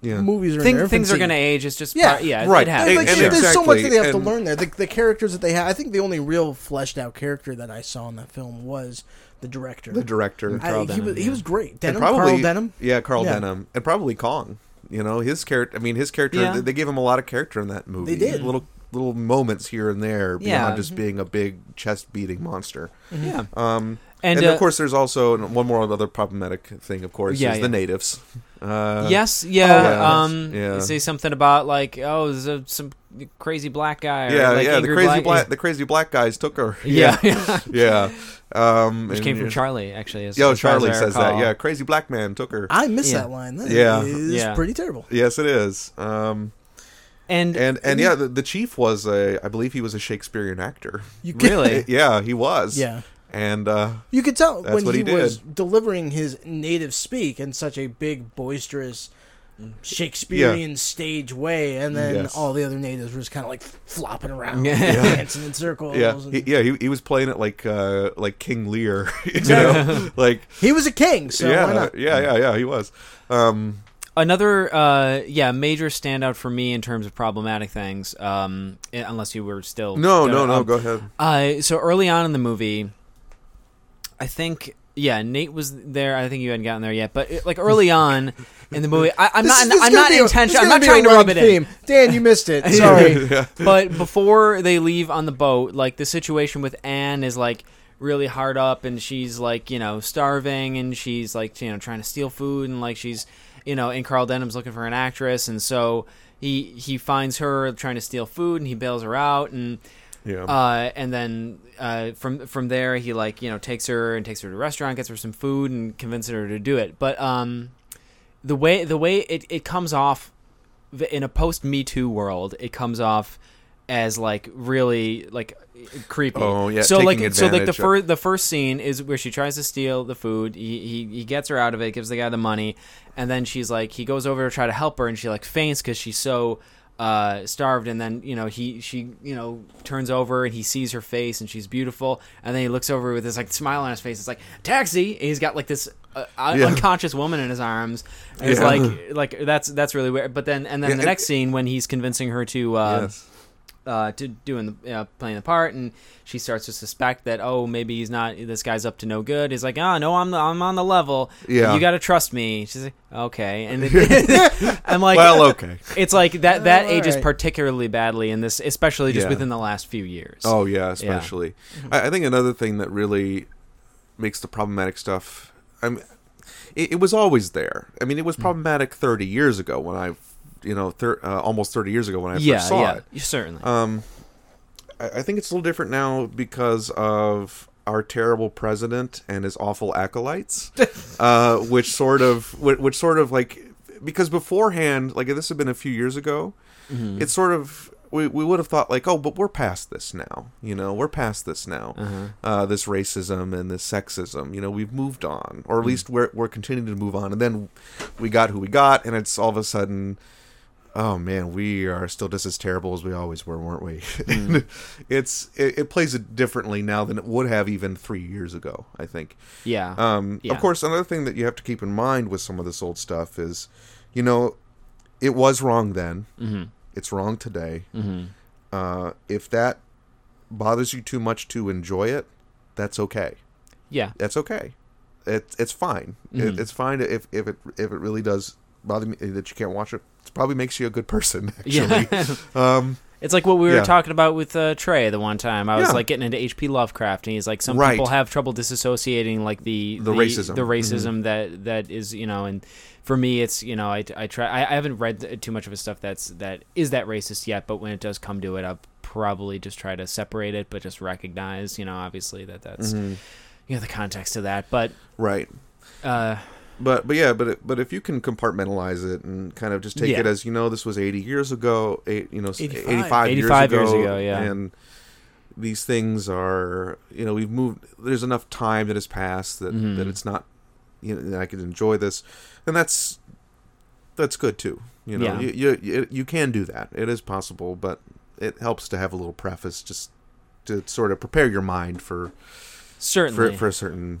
Yeah. movies are in thing- their things are infancy. going to age. It's just Yeah, part- yeah, right. It They're happens. Like, And there's so much exactly, that they have to and- learn there. The, the characters that they had, I think the only real fleshed out character that I saw in that film was the director. The director. I- Carl he, Denham, was, he yeah. was great. Denham, and probably Carl Denham. Yeah, Carl Yeah. Denham, and probably Kong. You know his character. I mean his character. Yeah. They, they gave him a lot of character in that movie. They did. little little moments here and there beyond Yeah. Mm-hmm. just being a big chest beating monster. yeah. Um, and And, of uh, course, there's also and one more other problematic thing. Of course, Yeah, is yeah. the natives. Uh, Yes, yeah, yeah. um, yeah. They say something about like, oh, there's a, some crazy black guy. Or, Yeah, like, yeah. The angry crazy black, black, the crazy black guys took her. Yeah, yeah. yeah. Um, which and- came from Charlie actually. as- Yo, as far as Charlie I says that. recall. Ah. Yeah, crazy black man took her. I miss Yeah. that line. That is Yeah. Yeah. pretty terrible. yes, it is. Um, and and and yeah, the, the chief was a, I believe he was a Shakespearean actor. You could, really, Yeah, he was. Yeah. And uh You could tell That's when what he, he did. was delivering his native speak in such a big, boisterous, Shakespearean stage way, and then Yes. all the other natives were just kind of like flopping around, Yeah. dancing in circles. yeah, and- he, yeah, he, he was playing it like uh like King Lear, you know? like He was a king, so why yeah, not? yeah, yeah, yeah, he was. Um another uh yeah major standout for me in terms of problematic things um eh, unless you were still no, no, um, no, go ahead. uh so early on in the movie i think yeah, Nate was there. I think you hadn't gotten there yet, but it, like early on in the movie, I, I'm This not. is- this is I'm gonna not be a- this intentional. is I'm gonna not be a trying to rub running it in. theme. Dan, you missed it. Sorry. Sorry. But before they leave on the boat, like the situation with Anne is like really hard up and she's like, you know, starving and she's like, you know, trying to steal food and like she's, you know, and Carl Denham's looking for an actress and so he he finds her trying to steal food and he bails her out and Yeah. uh, and then uh, from from there he like, you know, takes her and takes her to a restaurant, gets her some food and convinces her to do it. But um the way the way it, it comes off the- in a post Me Too world, it comes off as like really like creepy. Oh, yeah, So taking like so like the advantage of- first the first scene is where she tries to steal the food. He, he he gets her out of it, gives the guy the money, and then she's like he goes over to try to help her, and she like faints because she's so. Uh, starved and then you know he she you know turns over and he sees her face and she's beautiful and then he looks over with this like smile on his face it's like taxi and he's got like this uh, un- Yeah. unconscious woman in his arms and it's Yeah. like like that's that's really weird. But then and then Yeah, the and- next scene when he's convincing her to uh, yes. uh to doing the uh, playing the part, and she starts to suspect that oh maybe he's not this guy's up to no good. He's like oh no I'm the, I'm on the level. Yeah. you got to trust me. She's like okay, and it, I'm like uh, Well, okay. It's like that that Oh, ages alright. particularly badly in this, especially just Yeah. within the last few years. Oh yeah, especially. I, I think another thing that really makes the problematic stuff. I'm. It, it was always there. I mean, it was problematic 30 years ago when I, you know, thir- uh, almost 30 years ago when I yeah, first saw yeah, it. certainly. Um, I, I think it's a little different now because of our terrible president and his awful acolytes, uh, which sort of, which, which sort of like, because beforehand, like if this had been a few years ago, Mm-hmm. Mm. it's sort of. We, we would have thought like oh but we're past this now you know we're past this now Uh-huh. uh this racism and this sexism you know we've moved on or at least we're we're continuing to move on and then we got who we got and it's all of a sudden oh man, we are still just as terrible as we always were, weren't we? And it's it, it plays it differently now than it would have even three years ago. I think. yeah. Um, Yeah. Of course, another thing that you have to keep in mind with some of this old stuff is, you know, it was wrong then. Mm-hmm. It's wrong today. Mm-hmm. Uh, if that bothers you too much to enjoy it, that's okay yeah. that's okay. It, it's fine. It, it's fine if, if it if it really does bother me that you can't watch it. It probably makes you a good person. Actually, Yeah. um, It's like what we were Yeah. talking about with uh, Trey the one time. I was Yeah. like getting into H.P. Lovecraft, and he's like, some Right. people have trouble disassociating like the The racism. Mm-hmm. the racism that that is you know. And for me, it's you know, I, I try. I, I haven't read th- too much of his stuff that's that is that racist yet. But when it does come to it, I'll probably just try to separate it, but just recognize, you know, obviously that that's Mm-hmm. you know the context of that. But right. uh, But but yeah, but it, but if you can compartmentalize it and kind of just take Yeah. it as you know, this was eighty years ago. Eight, you know, eighty 85. five years 85 ago. years ago, yeah. And these things are you know we've moved. There's enough time that has passed that Mm-hmm. that it's not. You know, that I could enjoy this, and that's that's good too. You know, Yeah. you, you you you can do that. It is possible, but it helps to have a little preface just to sort of prepare your mind for for certainly, for certain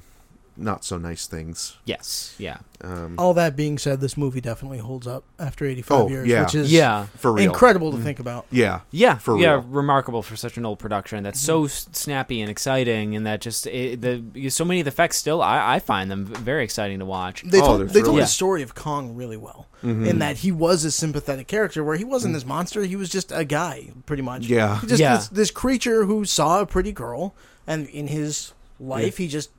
not so nice things. yes, yeah, Um, Oh, All that being said, this movie definitely holds up after 85 Oh, years, yeah. which is yeah. Mm-hmm. for real, incredible to think about. yeah, Yeah, For yeah, real. remarkable for such an old production. That's so s- Mm-hmm. snappy and exciting, and that just it, the so many of the effects still. I, I find them very exciting to watch. They Oh, told, they're Mm-hmm. they told thrilling. the story of Kong really well, in that he was a sympathetic character, where he wasn't this monster. He was just a guy, pretty much. Yeah. He just Yeah. This, this creature who saw a pretty girl, and in his life, he just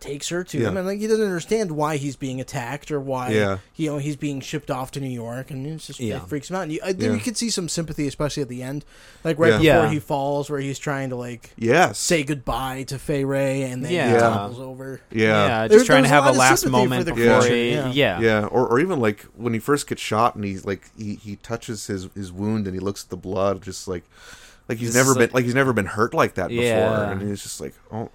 takes her to Yeah. him, and like he doesn't understand why he's being attacked or why Yeah. you know he's being shipped off to New York, and it's just Yeah. it freaks him out. And you, I think Yeah. you could see some sympathy, especially at the end, like right Yeah. before Yeah. he falls, where he's trying to like yes, say goodbye to Fay Ray, and then Yeah. he Yeah. topples over. yeah. just There- trying to there's a have a lot of last sympathy for moment the before creature, he, yeah. yeah, Yeah, or, or even like when he first gets shot and he's like he, he touches his, his wound and he looks at the blood just like like he's This never is been like- like he's never been hurt like that Yeah. before and he's just like oh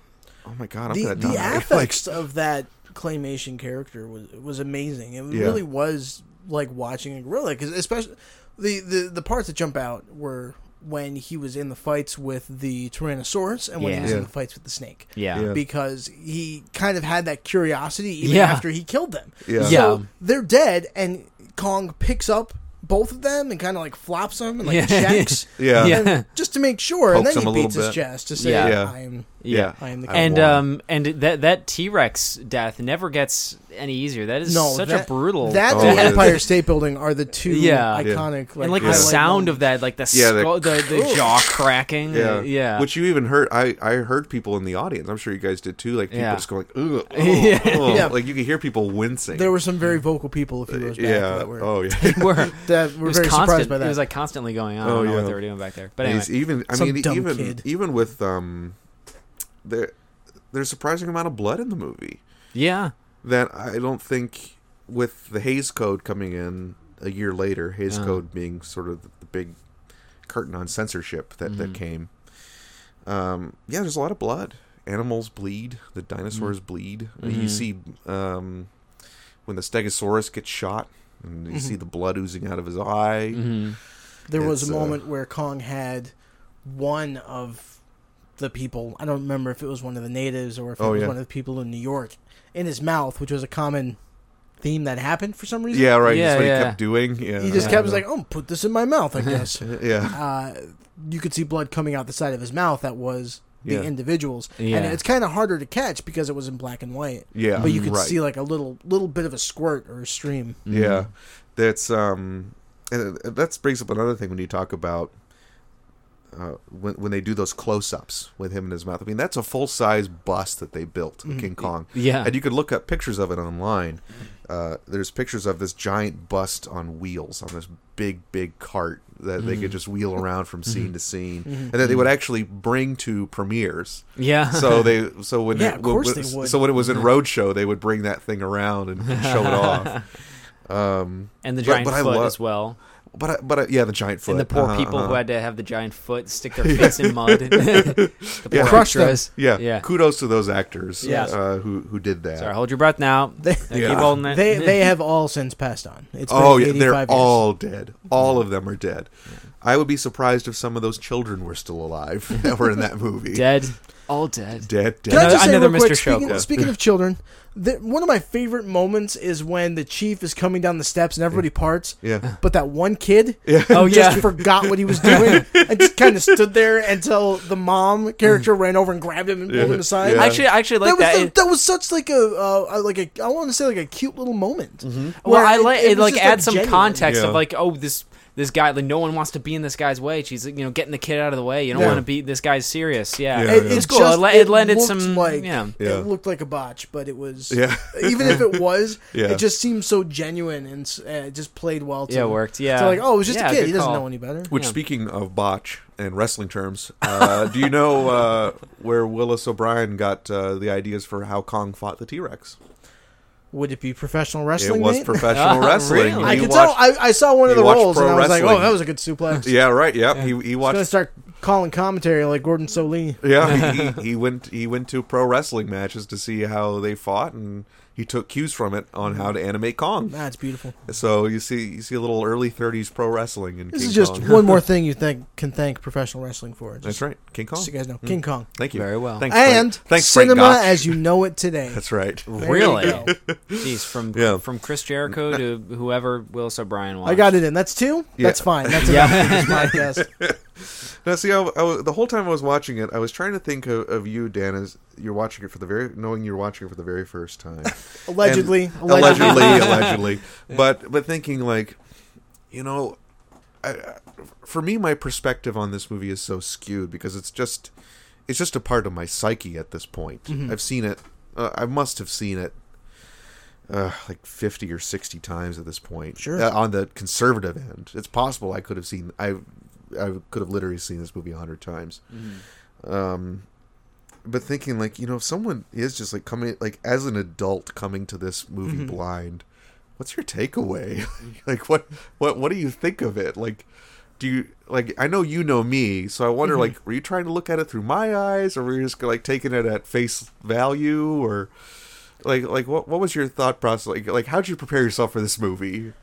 oh my god I'm the, gonna the die affects of that claymation character was was amazing. It Yeah. really was like watching a gorilla because especially the, the the parts that jump out were when he was in the fights with the tyrannosaurus and when Yeah. he was in Yeah. the fights with the snake yeah, Yeah. because he kind of had that curiosity even Yeah. after he killed them. Yeah. Yeah. So they're dead and Kong picks up both of them and kind of like flops them and like Yeah. checks. Yeah. Yeah. And just to make sure, Pokes and him a then he little beats his bit. chest to say, Yeah. Yeah. "I am." Yeah. I am the I'm king. and one. um and that that T Rex death never gets any easier. That is No, such that, a brutal That Oh, and yeah. Empire State Building are the two Yeah. Yeah. iconic. Like, and like the Yeah. highlight sound moments. of that, like the Yeah, the- skull, the, the, jaw cracking. Yeah, yeah. Which you even heard. I I heard people in the audience. I'm sure you guys did too. Like people Yeah. just going, ugh, ugh, Yeah. ugh." Yeah. like you could hear people wincing. There were some very vocal people a few years back Mm-hmm. yeah. that were oh yeah. Were- that it were was very constant. surprised by that. It was like constantly going on. I Oh, don't know yeah. what they were doing back there. But And anyway, he's even. I Some mean, dumb even kid. even with um, there there's a surprising amount of blood in the movie yeah, that I don't think with the Hayes Code coming in a year later, Hayes Uh. Oh. Code being sort of the, the big curtain on censorship that Mm-hmm. that came. Um, yeah, there's a lot of blood. Animals bleed. The dinosaurs Mm. bleed. Uh, Mm-hmm. You see um, when the Stegosaurus gets shot. And Mm-hmm. you see the blood oozing out of his eye. Mm-hmm. there was It's, a uh, moment where Kong had one of the people. I don't remember if it was one of the natives or if it Oh, was yeah. one of the people in New York in his mouth, which was a common theme that happened for some reason. Yeah, right. Yeah, That's what yeah. he kept doing. Yeah, He just Yeah. kept was like, "Oh, put this in my mouth." I guess yeah, uh, you could see blood coming out the side of his mouth. That was the Yeah. individuals, and Yeah. it's kind of harder to catch because it was in black and white. yeah. But you could right. see like a little little bit of a squirt or a stream. Mm-hmm. Yeah, that's um, and uh, that brings up another thing when you talk about uh, when when they do those close-ups with him in his mouth. I mean, that's a full-size bust that they built of Mm-hmm. King Kong. Yeah. and you could look up pictures of it online. Uh, there's pictures of this giant bust on wheels on this big, big cart that they Mm. could just wheel around Mm-hmm. from scene to scene, and that they would actually bring to premieres. yeah. So they so when Yeah, it- of course when- they would. so when it was in roadshow, they would bring that thing around and, and show it off. Um, and the but- giant but I foot love- as well. but I, but I, yeah, the giant foot And the poor Uh-huh, people uh-huh. who had to have the giant foot stick their face in mud. the poor Yeah. Crushed them. extras. yeah, yeah. Kudos to those actors Yeah. uh, who who did that. Sorry, hold your breath now. They- Now Yeah. Keep holding it. They they have all since passed on. It's been oh yeah, 85 they're years. all dead. All of them are dead. I would be surprised if some of those children were still alive that were in that movie. dead, all dead. dead, Can I dead. Another- just say another real quick, Mr. Show speaking, goes. speaking of children, the, one of my favorite moments is when the chief is coming down the steps and everybody parts. Yeah. But that one kid Oh just yeah. forgot what he was doing and just kind of stood there until the mom character ran over and grabbed him and pulled him aside. Yeah. Actually, I actually like that was that. the- that was such like a uh, like a I want to say like a cute little moment. Mm-hmm. well, where I like it, was like just, adds some genuine. context Yeah. of like, oh, this this guy, like, no one wants to be in this guy's way. She's you know getting the kid out of the way. You don't Yeah. want to be this guy's serious. Yeah, Yeah. It, It's it's cool. Just, It le- it lended looked some- like yeah. Yeah. it looked like a botch, but it was Yeah. even if it was, Yeah. it just seemed so genuine and s- uh, it just played well. To Yeah, it worked. Yeah. so like oh, it was just Yeah, a kid. good He doesn't call. know any better. Which, Yeah. speaking of botch and wrestling terms, uh, do you know uh, where Willis O'Brien got uh, the ideas for how Kong fought the T Rex? Would it be professional wrestling? It was mate? professional Oh, wrestling. really? I He could watched- tell. I, I saw one of he the watched rolls and pro I was like, wrestling. oh, that was a good suplex. Yeah, right. Yep. He he I'm gonna watched. start calling commentary like Gordon Solie. Yeah, he, he, he went he went to pro wrestling matches to see how they fought, and he took cues from it on how to animate Kong. That's beautiful. So you see you see a little early '30s pro wrestling in This King is just Kong. one more thing you think can thank professional wrestling for. Just, That's right, King Kong. Just so you guys know, King Kong Hmm. Thank you Very well. Thanks, Frank- and thanks, Frank cinema Gotch. as you know it today. That's right. There you Really? go. Jeez, from Yeah. from Chris Jericho to whoever Willis O'Brien was. I got it in. That's two. Yeah. That's fine. That's Yeah. enough for this podcast. Now, see, I, I was- the whole time I was watching it, I was trying to think of, of you, Dan, as you're watching it for the very, knowing you're watching it for the very first time. Allegedly, And- allegedly. allegedly, allegedly. But but thinking like, you know, I, I- for me, my perspective on this movie is so skewed because it's just, it's just a part of my psyche at this point. I've seen it. Uh, I must have seen it. Uh, like fifty or sixty times at this point. Sure. Uh, on the conservative end, it's possible I could have seen. I, I could have literally seen this movie a hundred times Mm-hmm. Um, but thinking like you know if someone is just like coming like as an adult coming to this movie blind what's your takeaway like what what what do you think of it like do you like i know you know me so i wonder like were you trying to look at it through my eyes or were you just like taking it at face value or like like what what was your thought process like like how'd you prepare yourself for this movie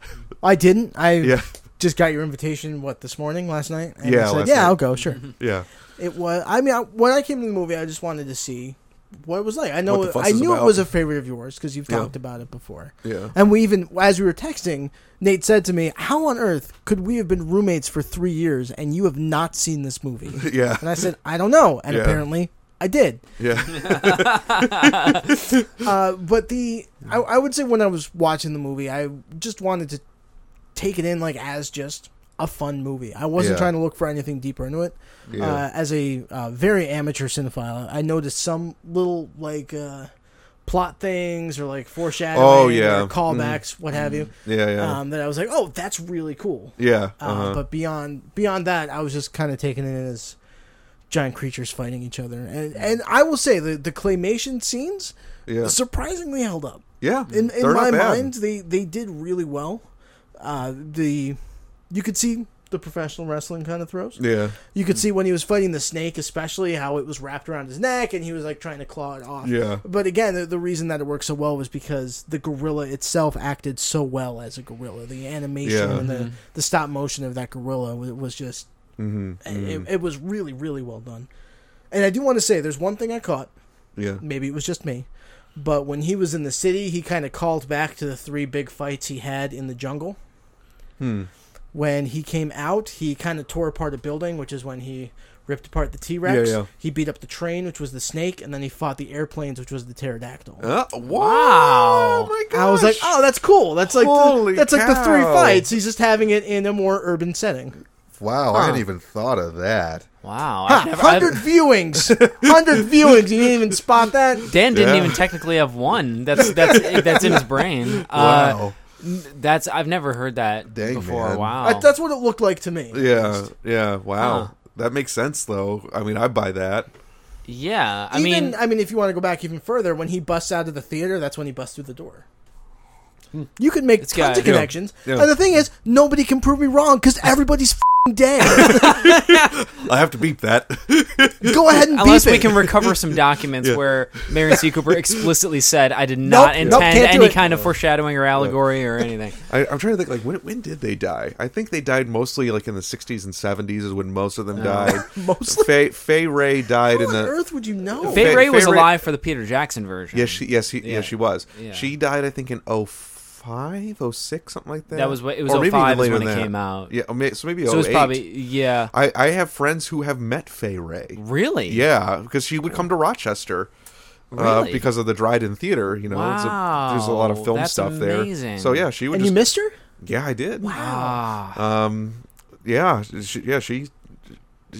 I didn't. I Yeah. just got your invitation. What this morning, last night? And I Yeah, said, last yeah, night. I'll go. Sure. yeah It was. I mean, I, when I came to the movie, I just wanted to see what it was like. I know What the fuss I is knew about. it was a favorite of yours because you've Yeah. talked about it before. Yeah. And we even as we were texting, Nate said to me, "How on earth could we have been roommates for 3 years and you have not seen this movie?" Yeah. And I said, "I don't know." And Yeah. apparently I did. Yeah. Uh, but the I, I would say when I was watching the movie, I just wanted to take it in like as just a fun movie. I wasn't Yeah. trying to look for anything deeper into it. Yeah. Uh, as a uh, very amateur cinephile, I noticed some little like uh, plot things or like foreshadowing, Oh, yeah. or callbacks, what have you. Yeah, yeah. Um, that I was like, oh, that's really cool. yeah. Uh, uh-huh. But beyond beyond that, I was just kind of taken in as giant creatures fighting each other, and and I will say the the claymation scenes Yeah. surprisingly held up. yeah. In in They're my not bad. mind, they they did really well. Uh, the you could see the professional wrestling kind of throws. Yeah. You could see when he was fighting the snake, especially how it was wrapped around his neck, and he was like trying to claw it off. Yeah. But again, the, the reason that it worked so well was because the gorilla itself acted so well as a gorilla. The animation Yeah. and Mm-hmm. the, the stop motion of that gorilla was, was just Mhm, it, it was really really well done. And I do want to say, there's one thing I caught. Yeah. Maybe it was just me, but when he was in the city, he kind of called back to the three big fights he had in the jungle Hmm. when he came out, he kind of tore apart a building, which is when he ripped apart the T Rex. Yeah, yeah. He beat up the train, which was the snake, and then he fought the airplanes, which was the pterodactyl. Uh, wow. Wow. My I was like, gosh. oh, that's cool. That's like Holy the, that's like the three cow. fights. He's just having it in a more urban setting. Wow, I hadn't even thought of that. Wow. I've never- I've- Hundred viewings, hundred viewings. You didn't even spot that. Dan didn't Yeah. even technically have one. That's that's that's in his brain. Uh, Wow. n- That's I've never heard that Dang, before. man. Wow. That- That's what it looked like to me. Yeah. Yeah. Wow. Huh. That makes sense, though. I mean, I buy that. yeah. I even, mean, I mean, if you want to go back even further, when he busts out of the theater, that's when he busts through the door. You could make It's tons got- of connections, Hmm. Yeah, yeah. and the thing is, nobody can prove me wrong because everybody's fing dead. I have to beep that. go ahead and unless beep we it. can recover some documents where Marion C. Cooper explicitly said, "I did Nope, not nope, intend can't do any it." kind of foreshadowing or allegory or anything." I, I'm trying to think. Like, when when did they die? I think they died mostly like in the 60s and 70s is when most of them died. Mostly? Faye, Faye Ray died How in Oh. on the. earth would you know? Faye Fa- Ray was Faye Ray- alive for the Peter Jackson version. Yes, she. Yes, he, yeah. Yeah. she was. Yeah. She died, I think, in 05, 06, something like that. That was what- it was Or maybe 05 even is later when than it that. came out. Yeah, oh or may- so maybe so it was 08. probably yeah. I, I have friends who have met Faye Ray. Really? Yeah, because she would come to Rochester uh, Really? because of the Dryden Theater. You know, It's a, there's a lot of Wow, film that's stuff there. amazing. So yeah, she would And just you missed her? yeah, I did. Ah. Um, yeah, she, yeah, she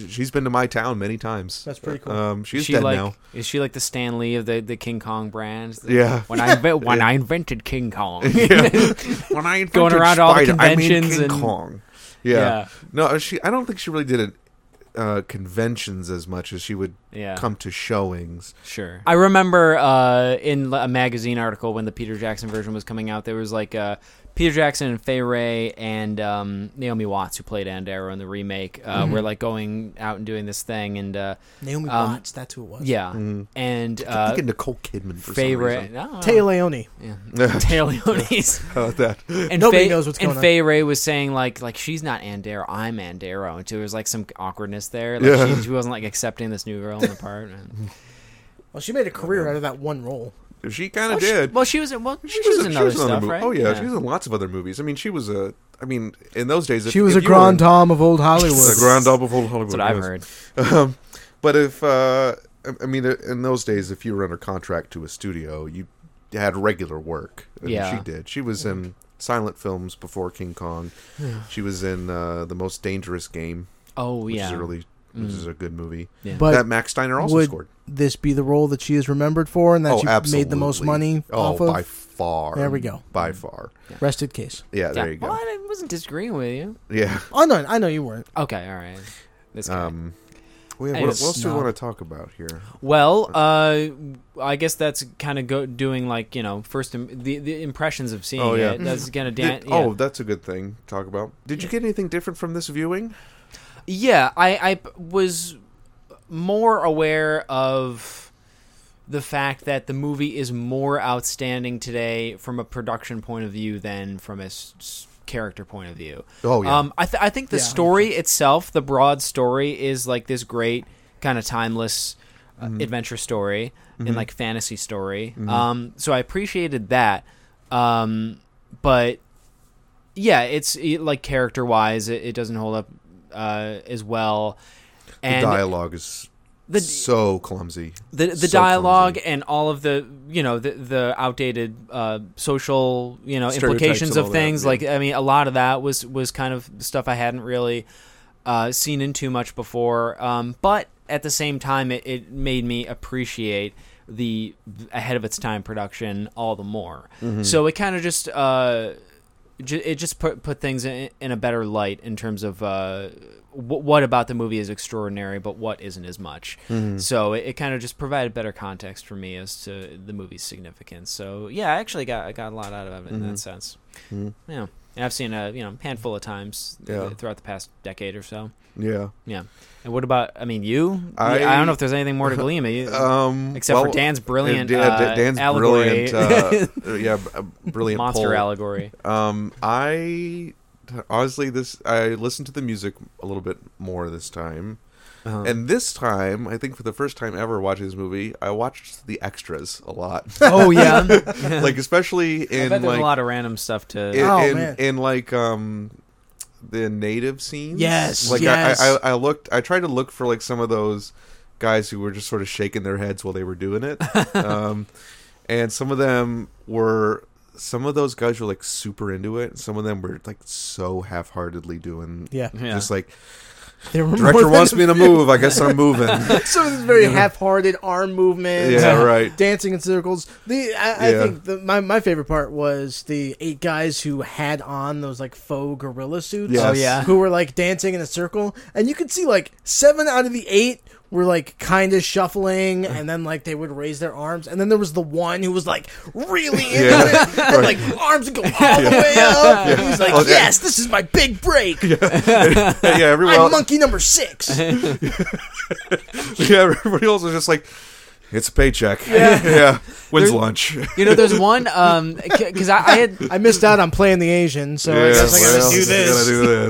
she's been to my town many times. That's pretty cool. Um, she's Is she dead like now. is she like the Stan Lee of the, the King Kong brand? Yeah. When I inve- when I invented King Kong. Yeah. when I invented Going around all the Spider, I mean conventions King and- Kong. Yeah. Yeah. No, she. I don't think she really did it uh, conventions as much as she would Yeah. come to showings. Sure. I remember uh, in a magazine article when the Peter Jackson version was coming out, there was like uh, Peter Jackson and Faye Ray and um, Naomi Watts, who played Ann Darrow in the remake, uh, Mm-hmm. were like going out and doing this thing. And uh, Naomi Um, Watts, that's who it was. yeah. And Mm-hmm. I uh, think of Nicole Kidman for Faye some Ray. reason. no, Taya Leone. yeah. Tay Leone's. How about that? And Nobody Faye, knows what's going and on. Faye Ray was saying like like she's not Andero, I'm Andero, and so there was like some awkwardness there. Like Yeah. she, she wasn't like accepting this new girl in the part. And- Well, she made a career out of that one role. She kind well, of she- did. well, she was in well she, She was, was in she other was in other stuff, mo- right? Oh yeah, she was in lots of other movies. I mean, she was a. I mean, in those days, if, She was a if you were grand in- dame of old Hollywood. The grand dame of old Hollywood. That's what I've yes. heard. Um, but if uh, I- I mean, in those days, if you were under contract to a studio, you had regular work. And Yeah. she did. She was in silent films before King Kong. Hmm. She was in uh, the most dangerous game, Oh which yeah. Mm. is a really, which is a good movie. Yeah. But that Max Steiner also would scored. this be the role that she is remembered for and that oh, she absolutely. made the most money Oh, off of? by far. There we go. By far. Rested case. Yeah. There Yeah. you go. Well, I wasn't disagreeing with you. Yeah. Oh, no, I know you weren't. Okay, all right. This guy. Um, we have, I what, just- what else do we no. want to talk about here? well, uh, I guess that's kind of go- doing like you know first Im- the the impressions of seeing Oh, yeah. it. That's gonna Did- dance. Oh, that's a good thing to talk about. Did you get anything different from this viewing? Yeah, I, I p- was more aware of the fact that the movie is more outstanding today from a production point of view than from a s- s- character point of view. Oh, yeah. Um, I, th- I think the Yeah. story itself, the broad story, is like this great kind of timeless uh, adventure story and like fantasy story. Um, so I appreciated that. Um, but yeah, it's it, like character wise, it, it doesn't hold up uh, as well. And the dialogue is the- so clumsy. the the So dialogue clumsy. and all of the you know the the outdated uh, social you know Stereotypes implications and of all that, things yeah. like I mean a lot of that was was kind of stuff I hadn't really uh, seen in too much before um, but at the same time it, it made me appreciate the ahead of its time production all the more Hmm. so it kind of just uh, ju- it just put put things in, in a better light in terms of uh, w- what about the movie is extraordinary, but what isn't as much. Mm-hmm. So it, it kind of just provided better context for me as to the movie's significance. So yeah, I actually got I got a lot out of it in Mm-hmm. that sense. Yeah, and I've seen a you know handful of times Yeah. throughout the past decade or so. Yeah. Yeah. And what about I mean you? I, I- I don't know if there's anything more to glean. You- Um, Except for well, Dan's brilliant, yeah, uh, Da- Dan's allegory, brilliant. Uh, uh, yeah, b- uh, brilliant monster pull. allegory. Um, I honestly this I listened to the music a little bit more this time, Uh-huh. and this time I think for the first time ever watching this movie, I watched the extras a lot. Oh yeah, like especially I in bet there's like a lot of random stuff to. in, Oh, in, man. in, like um the native scenes. Yes, like yes. I, I I looked. I tried to look for like some of those guys who were just sort of shaking their heads while they were doing it, um, and some of them were. Some of those guys were like super into it. and Some of them were like so half-heartedly doing, Yeah. Yeah. just like There were more director than wants a me to few. move. I guess I'm moving. Some of this very half-hearted arm movements. Yeah, and right. Dancing in circles. The I, I Yeah. think the, my my favorite part was the eight guys who had on those like faux gorilla suits. Yes. Oh, yeah. who were like dancing in a circle, and you could see like seven out of the eight were like kind of shuffling, and then like they would raise their arms, and then there was the one who was like really into Yeah. it, and like arms would go all the way up. and He was like, Oh, yeah. "Yes, this is my big break. yeah, everyone. I'm monkey number six. Yeah, everybody else was just like, it's a paycheck. Yeah, When's There's- lunch? You know, there's one um because I, I had I missed out on playing the Asian, so I guess I gotta well, do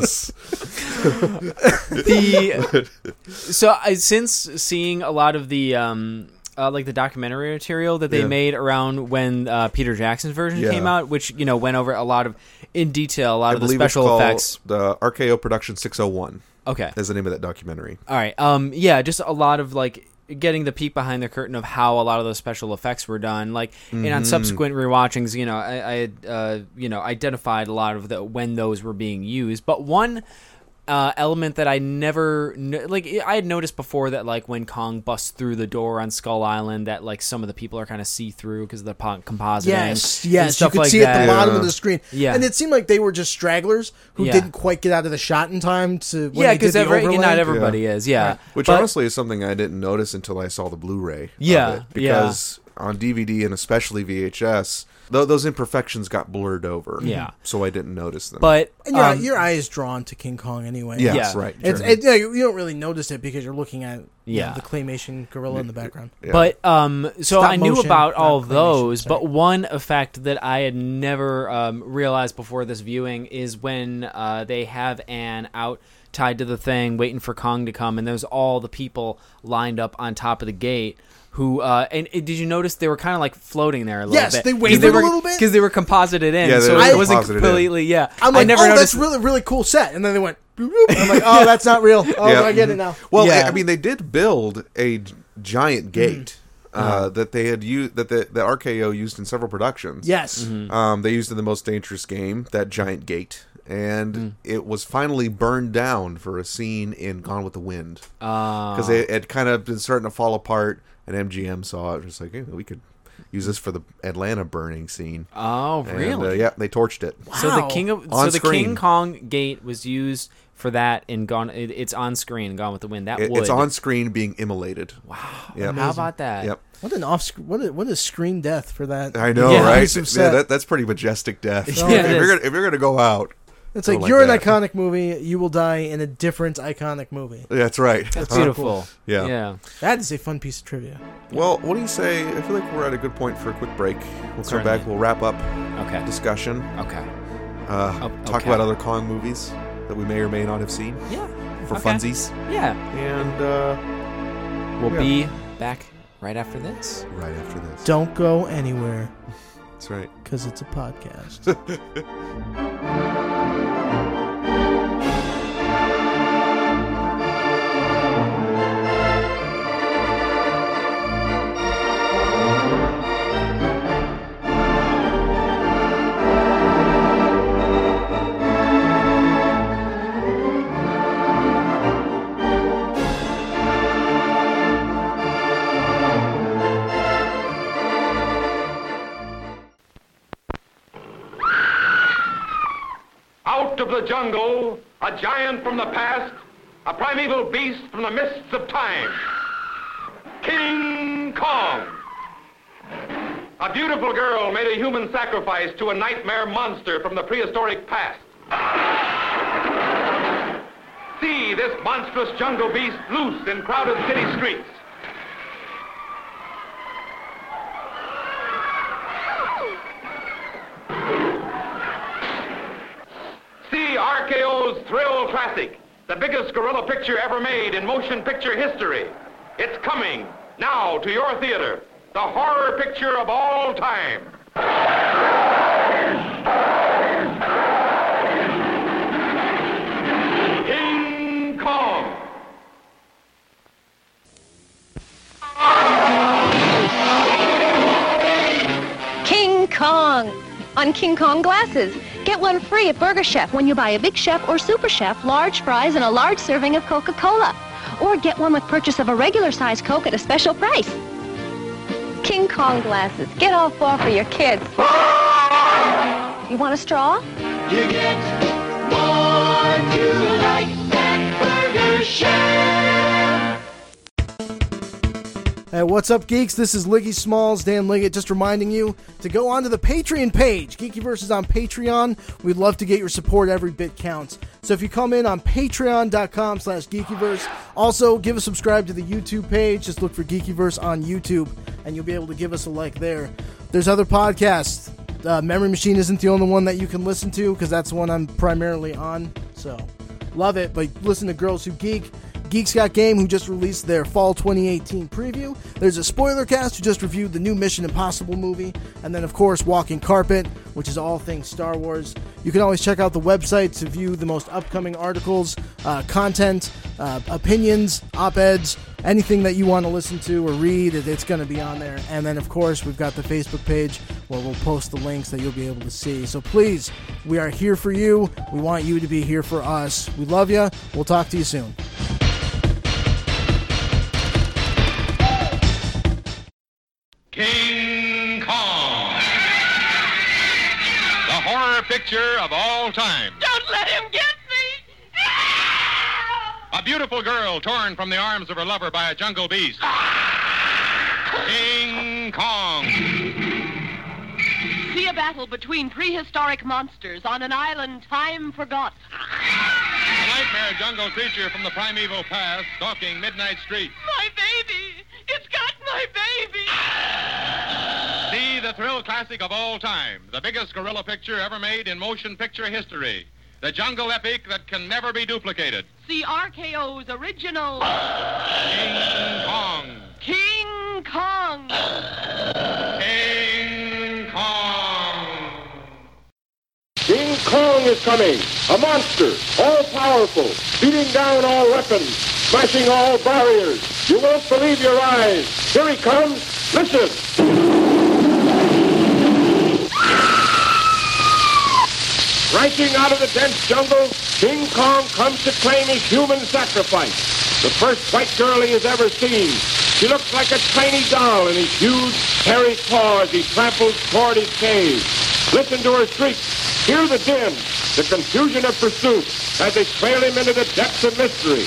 this. I gotta do this. the so I since seeing a lot of the um uh, like the documentary material that they Yeah. made around when uh, Peter Jackson's version Yeah. came out, which you know went over a lot of in detail, a lot I of the believe it's special called effects. The RKO Production 601 Okay, is the name of that documentary. all right, um, yeah, just a lot of like getting the peek behind the curtain of how a lot of those special effects were done. Like, and Mm-hmm. on subsequent rewatchings, you know, I, I had uh, you know identified a lot of the when those were being used, but one uh, element that I never kn- like. I had noticed before that like when Kong busts through the door on Skull Island, that like some of the people are kind of see through because of the po- compositing. Yes, and yes, you stuff could like see at that. the bottom Yeah. of the screen. Yeah. and it seemed like they were just stragglers who Yeah. didn't quite get out of the shot in time to. When yeah, because because not everybody is. Yeah, Which But- honestly is something I didn't notice until I saw the Blu-ray. of Yeah, it, because on DVD and especially VHS, tho- those imperfections got blurred over. Yeah. so I didn't notice them. but And your, um, your eye is drawn to King Kong anyway. yes, yeah. right. It's, sure. it, yeah, you don't really notice it because you're looking at yeah. Yeah. the claymation gorilla in the background. Yeah. But um, so Stop I knew motion, about not all of claymation, those, sorry. but one effect that I had never um, realized before this viewing is when uh, they have Anne out tied to the thing, waiting for Kong to come, and there's all the people lined up on top of the gate. Who uh, and, and did you notice they were kind of like floating there a little Yes, bit? they 'Cause waved they them a were- little bit. because they were composited in, Yeah, they so were it wasn't composited in. completely. Yeah, I'm like, I never oh, noticed. that's really really cool set. And then they went. boop, boop. I'm like, oh, that's not real. Oh, Yeah. I get it now. Well, Yeah. Hmm. I I mean, they did build a g- giant gate uh, that they had used that the, the RKO used in several productions. Yes, Mm-hmm. Hmm. um, they used in the most dangerous game that giant gate, and Hmm. it was finally burned down for a scene in Gone with the Wind Ah. because it had kind of been starting to fall apart, and MGM saw it, and was like, hey, we could use this for the Atlanta burning scene. oh, And, really? uh, yeah, they torched it. So the Wow. king of so On the screen. King Kong gate was used for that in Gone. It, it's on screen. Gone with the Wind. That It- would. it's on screen being immolated. Wow. Yep. How about that? Yep. what an off. What a, what a screen death for that. I know, Yeah. right? Piece of Yeah, set. that, that's pretty majestic death. Yeah, if, it you're is. gonna, if you're gonna go out, It's Go like like you're that. an iconic movie. You will die in a different iconic movie. that's right. That's Huh? beautiful. Yeah. Yeah. That is a fun piece of trivia. Well, what do you say? I feel like we're at a good point for a quick break. We'll Certainly. come back. We'll wrap up Okay. discussion. Okay. Uh, Oh, Talk okay. about other Kong movies that we may or may not have seen Yeah. for Okay. funsies. Yeah. And uh, We'll Yeah. be back right after this. Right after this. Don't go anywhere That's right. because it's a podcast. Out of the jungle, a giant from the past, a primeval beast from the mists of time. King Kong. A beautiful girl made a human sacrifice to a nightmare monster from the prehistoric past. See this monstrous jungle beast loose in crowded city streets. See RKO's Thrill Classic, the biggest gorilla picture ever made in motion picture history. It's coming now to your theater, the horror picture of all time. King Kong. King Kong on King Kong glasses. Get one free at Burger Chef when you buy a Big Chef or Super Chef large fries and a large serving of Coca-Cola. Or get one with purchase of a regular size Coke at a special price. King Kong glasses. Get all four for your kids. You want a straw? Hey, what's up, geeks? This is Liggy Smalls, Dan Liggett, just reminding you to go onto the Patreon page. Geekyverse is on Patreon. We'd love to get your support. Every bit counts. So if you come in on patreon.com slash geekyverse, also give a subscribe to the YouTube page. Just look for Geekyverse on YouTube, and you'll be able to give us a like there. There's other podcasts. Uh, Memory Machine isn't the only one that you can listen to, because that's the one I'm primarily on. So love it, but listen to Girls Who Geek. Geeks Got Game, who just released their fall 2018 preview. There's a spoiler cast who just reviewed the new Mission Impossible movie. And then, of course, Walking Carpet, which is all things Star Wars. You can always check out the website to view the most upcoming articles, uh, content, uh, opinions, op eds, anything that you want to listen to or read. it- It's going to be on there. And then, of course, we've got the Facebook page where we'll post the links that you'll be able to see. So please, we are here for you. We want you to be here for us. We love you. We'll talk to you soon. King Kong. The horror picture of all time. Don't let him get me! A beautiful girl torn from the arms of her lover by a jungle beast. Ah! King Kong. See a battle between prehistoric monsters on an island time forgot. A nightmare jungle creature from the primeval past stalking midnight streets. My baby! It's got my baby! See the thrill classic of all time, the biggest gorilla picture ever made in motion picture history. The jungle epic that can never be duplicated. See RKO's original King Kong. King Kong! King Kong. King Kong is coming, a monster, all-powerful, beating down all weapons, smashing all barriers. You won't believe your eyes. Here he comes. Listen. Rising out of the dense jungle, King Kong comes to claim his human sacrifice. The first white girl he has ever seen. She looks like a tiny doll in his huge, hairy paws he tramples toward his cave. Listen to her shrieks. Hear the din, the confusion of pursuit as they trail him into the depths of mystery.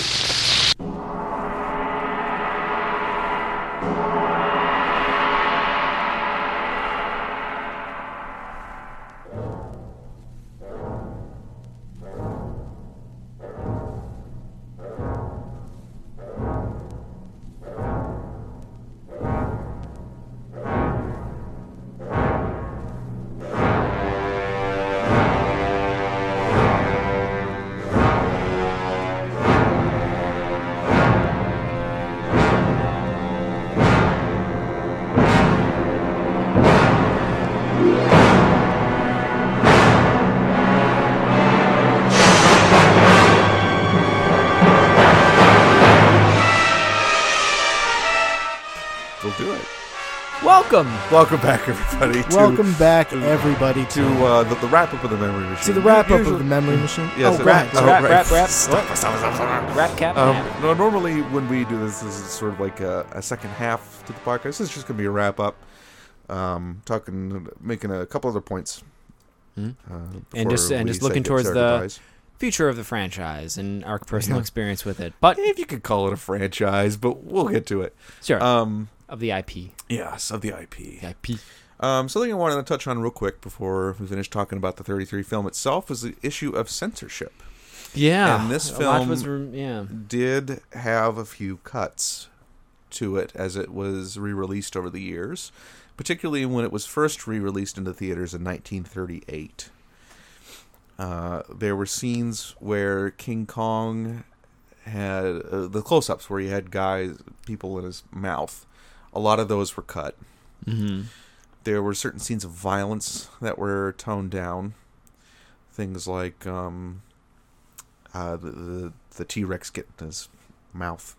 We'll do it. Welcome Welcome back, everybody. To, Welcome back, everybody, to, to uh, the, the wrap up of the memory machine. to the wrap up Usually- of the memory machine. Yes, oh, it- right. oh, Wrap, right. wrap, wrap. Stop, stop, stop, stop. Wrap cap. Um, nap. no, normally when we do this, this is sort of like a, a second half to the podcast. This is just gonna be a wrap up. Um, talking, making a couple other points. Uh, Hmm. And just- before and we just say looking get towards started, the- guys. Future of the franchise and our personal experience with it, but if you could call it a franchise, but we'll get to it. sure Um, of the IP. yes, of the IP. The IP. Um, something I wanted to touch on real quick before we finish talking about the 33 film itself was the issue of censorship. Yeah, And this a lot film- was rem- yeah. Did have a few cuts to it as it was re released over the years, particularly when it was first re released into theaters in 1938. Uh, there were scenes where King Kong had uh, the close ups where he had guys, people in his mouth. A lot of those were cut. Mm-hmm. there were certain scenes of violence that were toned down. Things like um, uh, the- the the T Rex getting his mouth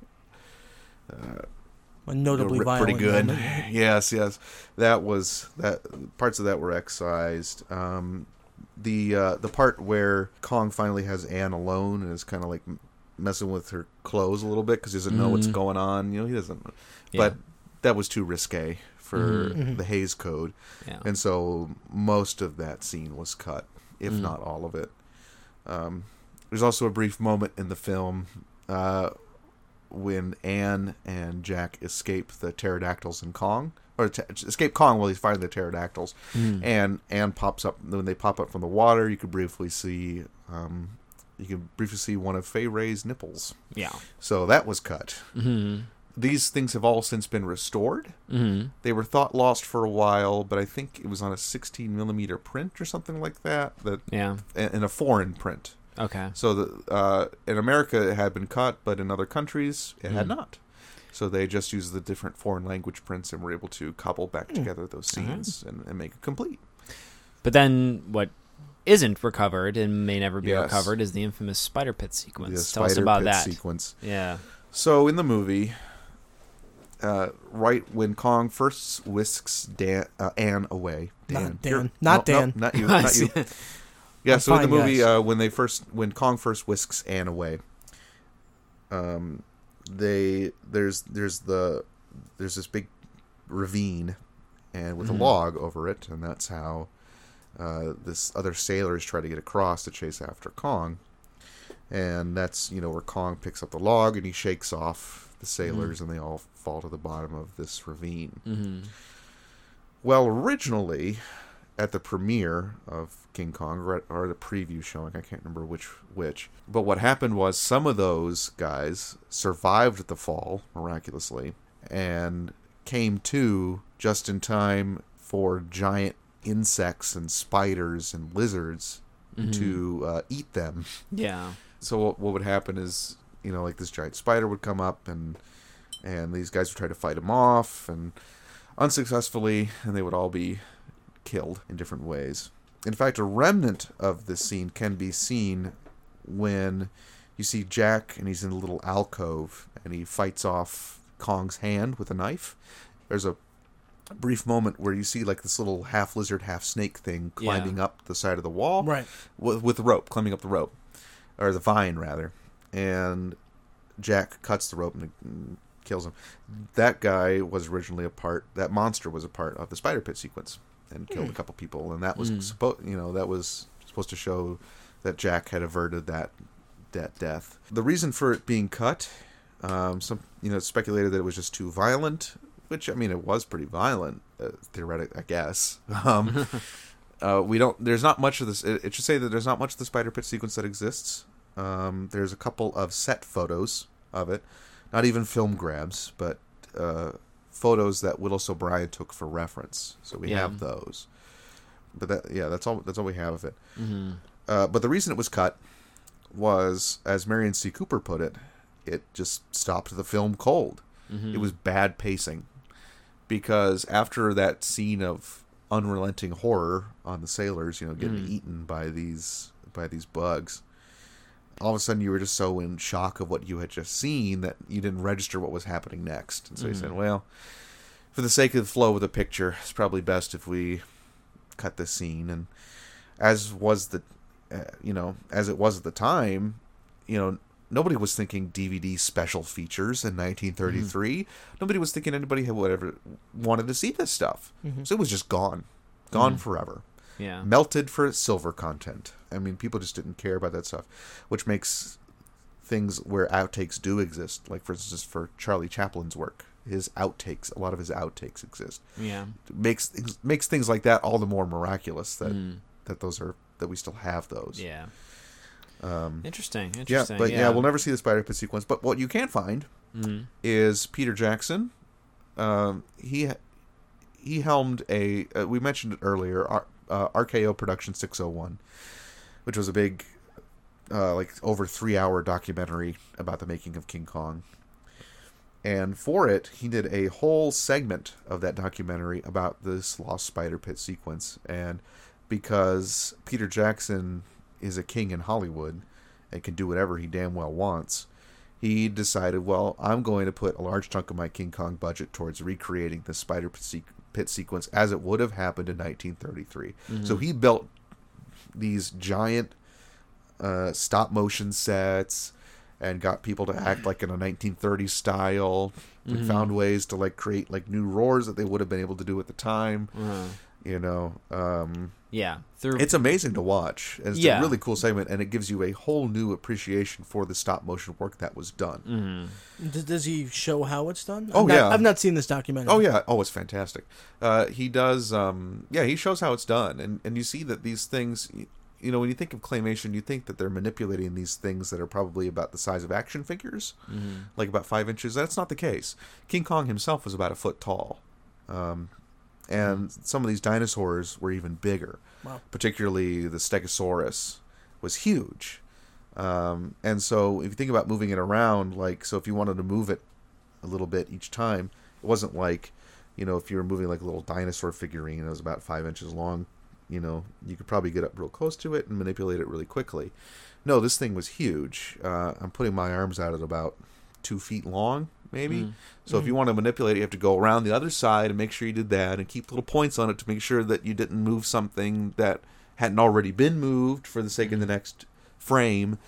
A notably ripped violent. pretty good. moment. yes, yes, that was that parts of that were excised. Um, the uh, the part where Kong finally has Anne alone and is kind of like m- messing with her clothes a little bit because he doesn't know what's going on. You know, he doesn't. But Yeah. that was too risque for the Hayes Code. Yeah. And so most of that scene was cut, if not all of it. Um, there's also a brief moment in the film uh, when Anne and Jack escape the pterodactyls in Kong, or t- escape Kong while he's fighting the pterodactyls. And Anne pops up, when they pop up from the water, you can briefly see. Um, you can briefly see one of Fay Ray's nipples. Yeah. So that was cut. Mm-hmm. These things have all since been restored. Mm-hmm. They were thought lost for a while, but I think it was on a 16 millimeter print or something like that. That Yeah. in a foreign print. Okay. So the, uh, in America it had been cut, but in other countries it Mm. had not. So they just used the different foreign language prints and were able to cobble back Mm. together those scenes and, and make it complete. But then what isn't recovered and may never be Yes. recovered is the infamous spider pit sequence. The Tell us spider about pit that. sequence. Yeah. So in the movie, uh, right when Kong first whisks Dan, uh, Anne away, Not Dan. you're- Not no, no, Dan. not you, not you. Yeah, so in the fine, movie, guys. uh, when they first, when Kong first whisks Anne away, um, they there's there's the there's this big ravine, and with a log over it, and that's how uh, this other sailors try to get across to chase after Kong and that's you know where Kong picks up the log and he shakes off the sailors and they all fall to the bottom of this ravine. Mm-hmm. Well, originally, at the premiere of King Kong or, at- or the preview showing, I can't remember which which, but what happened was some of those guys survived the fall miraculously and came to just in time for giant insects and spiders and lizards to uh, eat them Yeah. so what, what would happen is you know like this giant spider would come up and and these guys would try to fight him off and unsuccessfully and they would all be killed in different ways in fact a remnant of this scene can be seen when you see jack and he's in a little alcove and he fights off kong's hand with a knife there's a brief moment where you see like this little half lizard half snake thing Yeah. climbing up the side of the wall Right. with, with the rope climbing up the rope or the vine rather, and Jack cuts the rope and and kills him. That guy was originally a part. That monster was a part of the spider pit sequence and killed a couple people, and that was supposed. You know, that was supposed to show that Jack had averted that that death. The reason for it being cut, um, some you know speculated that it was just too violent, which I mean it was pretty violent, uh, theoretic I guess. Um, uh, we don't. There's not much of this. It, it should say that there's not much of the spider pit sequence that exists. Um, there's a couple of set photos of it, not even film grabs, but uh, photos that Willis O'Brien took for reference. So we Yeah. have those. But that, yeah, that's all. That's all we have of it. Uh, but the reason it was cut was, as Marion C. Cooper put it, it just stopped the film cold. It was bad pacing because after that scene of unrelenting horror on the sailors, you know, getting eaten by these by these bugs, all of a sudden you were just so in shock of what you had just seen that you didn't register what was happening next, and so you said, "Well, for the sake of the flow of the picture, it's probably best if we cut this scene. And as was the, uh, you know, as it was at the time, you know, nobody was thinking DVD special features in 1933. Nobody was thinking anybody had whatever wanted to see this stuff. So it was just gone, gone forever Yeah. melted for its silver content. I mean, people just didn't care about that stuff, which makes things where outtakes do exist. Like, for instance, for Charlie Chaplin's work, his outtakes, a lot of his outtakes exist. Yeah. makes things- makes things like that all the more miraculous that that those are that we still have those. Yeah. interesting. Um, yeah. Interesting. But yeah. we'll never see the Spider Pit sequence. But what you can find is Peter Jackson. Um, he he helmed a uh, we mentioned it earlier R, uh, RKO Production 601 which was a big uh, like over 3 hour documentary about the making of King Kong and for it he did a whole segment of that documentary about this lost spider pit sequence and because Peter Jackson is a king in Hollywood and can do whatever he damn well wants he decided, well, I'm going to put a large chunk of my King Kong budget towards recreating the spider pit se- pit sequence as it would have happened in 1933. So he built these giant uh, stop motion sets and got people to act like in a 1930s style. and found ways to like create like new roars that they would have been able to do at the time. You know, um, yeah. Through it's amazing to watch. And it's Yeah. a really cool segment, and it gives you a whole new appreciation for the stop motion work that was done. Does, does he show how it's done? Oh, I've not- yeah. I've not seen this documentary. Oh yeah, oh it's fantastic. Uh, he does, um, yeah, he shows how it's done, and and you see that these things, y- you know, when you think of claymation, you think that they're manipulating these things that are probably about the size of action figures, like about five inches. That's not the case. King Kong himself was about a foot tall, um, and some of these dinosaurs were even bigger. Wow. Particularly the Stegosaurus was huge. Um, and so if you think about moving it around, like so if you wanted to move it a little bit each time, it wasn't like, you know, if you were moving like a little dinosaur figurine that was about five inches long, you know, you could probably get up real close to it and manipulate it really quickly. No, this thing was huge. Uh, I'm putting my arms out at about two feet long, maybe. So if you want to manipulate it, you have to go around the other side and make sure you did that and keep little points on it to make sure that you didn't move something that hadn't already been moved for the sake of the next frame.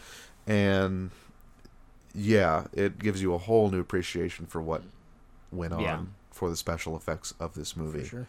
And yeah, it gives you a whole new appreciation for what went on Yeah. for the special effects of this movie. sure.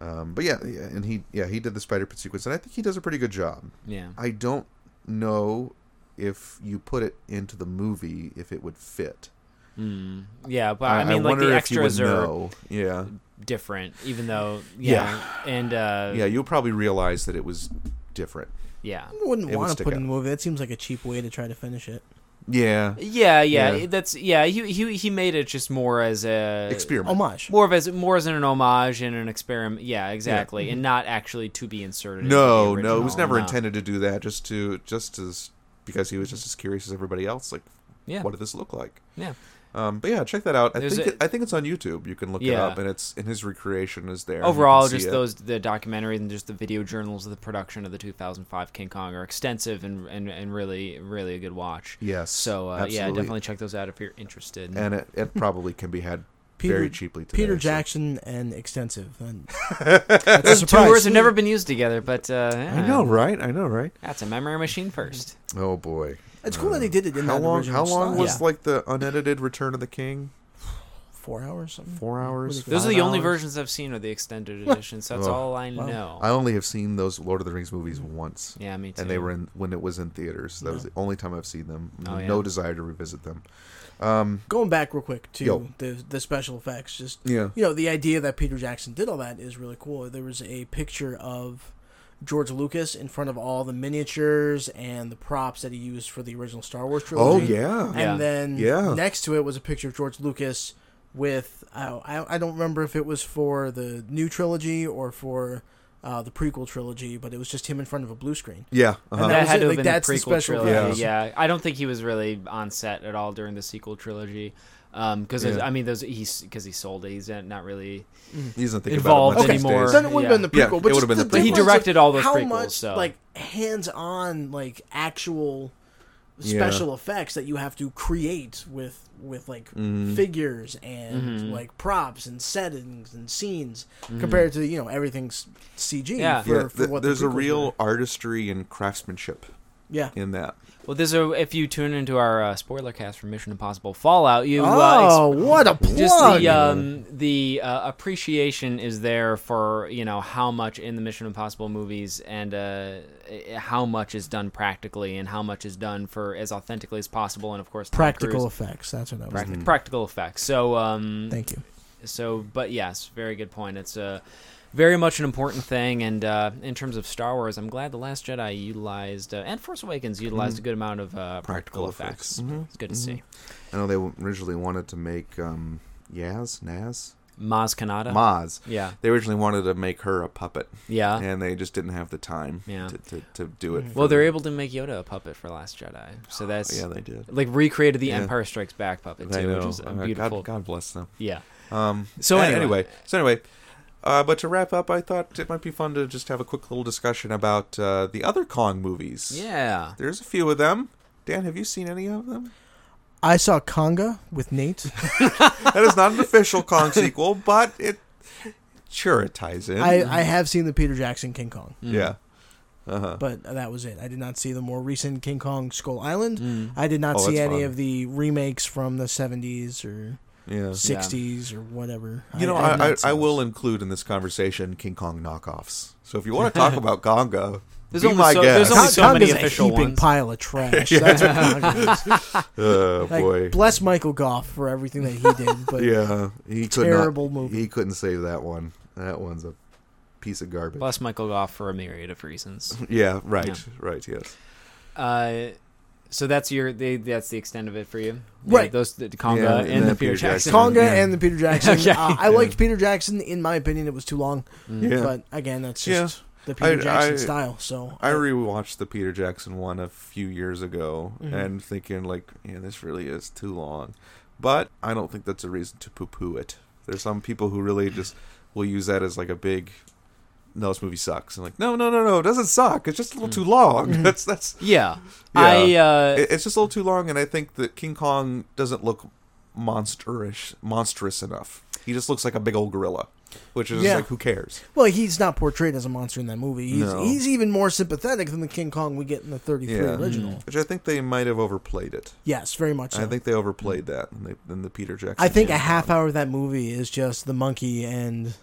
Um, but yeah, yeah, and he yeah, he did the spider pit sequence and I think he does a pretty good job. yeah. I don't know if you put it into the movie if it would fit. Yeah, but I, mean, like wonder the if you would extras are know. Yeah, different, even though yeah, and uh, yeah, you'll probably realize that it was different. yeah, I wouldn't It would want to stick put it out. in the movie. That seems like a cheap way to try to finish it. Yeah, yeah, yeah, Yeah. That's yeah. He he he made it just more as a experiment. Homage. more of as more as an homage and an experiment. Yeah, exactly, and not actually to be inserted. into No, the no, it was original, never no. intended to do that. Just to just as because he was just as curious as everybody else. Like, Yeah. what did this look like? Yeah, Um, but yeah, check that out. I There's think a- it, I think it's on YouTube. You can look it Yeah. up, and it's and his recreation is there. and you can overall, see just it. those the documentaries and just the video journals of the production of the 2005 King Kong are extensive and and, and really really a good watch. Yes, So uh, yeah, absolutely. definitely check those out if you're interested. and it, it probably can be had very cheaply. Today, Peter so- Jackson and extensive. And Those two surprise. words have never been used together, but uh, I know, right? I know, right? That's a memory machine first. Oh boy. it's cool that they did it in How that long? How original long style. was Yeah. like the unedited Return of the King? four hours? Something? Four hours. Those five are the only hours? versions I've seen of the extended editions. That's Ugh. all I know. I only have seen those Lord of the Rings movies once. Yeah, me And they too. were in when it was in theaters. That was the only time I've seen them. Oh, yeah. No desire to revisit them. Going back real quick to Yo. the the special effects, just Yeah. you know, the idea that Peter Jackson did all that is really cool. There was a picture of George Lucas in front of all the miniatures and the props that he used for the original Star Wars Oh trilogy. yeah. And Yeah. then Yeah. next to it was a picture of George Lucas with I I, I don't remember if it was for the new trilogy or for uh, the prequel trilogy, but it was just him in front of a blue screen. Yeah. uh-huh. And that had was it. to have Like, been that's the the prequel special trilogy. effects. Yeah. I don't think he was really on set at all during the sequel trilogy. Because Yeah. I mean, those he's because he sold it. He's not really. He doesn't think Involved about it much these anymore. days. Then it would have Yeah. been the Yeah, prequel, but it would've just been the the prequel. But he difference of directed all those how prequels, much so- like hands-on like actual special effects that you have to create with with like Mm-hmm. figures and Mm-hmm. like props and settings and scenes compared to you know everything's CG. Yeah. for, Yeah, for th- what the there's a prequels real were. artistry and craftsmanship yeah. in that. Well, this is if you tune into our uh, spoiler cast for Mission Impossible Fallout, you uh, Oh, what a plug! just the um, the uh, appreciation is there for you know how much in the Mission Impossible movies and uh, i- how much is done practically and how much is done for as authentically as possible and of course Tom practical Cruise- effects. That's what that was. prac- practical effects. So um, Thank you. so but yes, very good point. It's uh, very much an important thing and uh, in terms of Star Wars, I'm glad the Last Jedi utilized uh, and Force Awakens utilized a good amount of uh, practical, Mm-hmm. Practical effects. effects. Mm-hmm. It's good to see. I know they originally wanted to make um, Yaz, Naz, Maz Kanata. Maz. Yeah. They originally wanted to make her a puppet. Yeah. And they just didn't have the time Uh, Yeah. to, to, to do it. Well, for- they're able to make Yoda a puppet for Last Jedi, so that's Oh, Yeah, they did. like recreated the Empire Strikes Back puppet They too, which know. is a Uh, God- beautiful. God bless them. Yeah. Um, So so anyway. anyway. so anyway, uh, but to wrap up, I thought it might be fun to just have a quick little discussion about uh, the other Kong movies. Yeah. there's a few of them. Dan, have you seen any of them? I saw Conga with Nate. That is not an official Kong sequel, but it sure it ties in. I, I have seen the Peter Jackson King Kong, yeah, but that was it. I did not see the more recent King Kong Skull Island. I did not Oh, see that's any fun. of the remakes from the 70s or yeah. 60s or whatever. You know, have I, not I, seen I those. will include in this conversation King Kong knockoffs. So if you want to talk about Conga, There's be only my so- guest. there's only so Conga's many a official heaping ones. pile of trash. That's what Conga is. oh Like, boy, bless Michael Goff for everything that he did, but yeah, he could Terrible not, movie. He couldn't save that one. That one's a piece of garbage. Bless Michael Goff for a myriad of reasons. Yeah, right, Yeah. right, yes. Uh, so that's your they, that's the extent of it for you, Right. Yeah, those the Conga Yeah, and, the Peter Jackson. Conga Yeah. and the Peter Jackson. Okay. Uh, I liked Peter Jackson. In my opinion, it was too long. Yeah. Mm-hmm. But again, that's Yeah. just the Peter I- Jackson I- style. So uh, I rewatched the Peter Jackson one a few years ago and thinking like, yeah, this really is too long. But I don't think that's a reason to poo-poo it. There's some people who really just will use that as like a big no, this movie sucks. I'm like, no, no, no, no, it doesn't suck. It's just a little too Mm. long. That's that's Yeah. I uh, It- it's just a little too long, and I think that King Kong doesn't look monsterish, monstrous enough. He just looks like a big old gorilla, which is Yeah. like who cares. well, he's not portrayed as a monster in that movie. He's No. he's even more sympathetic than the King Kong we get in the '33 original. Which I think they might have overplayed it. Yes, very much. So. Mm. I think they overplayed that in the, in the Peter Jackson. I think a King half Kong. hour of that movie is just the monkey and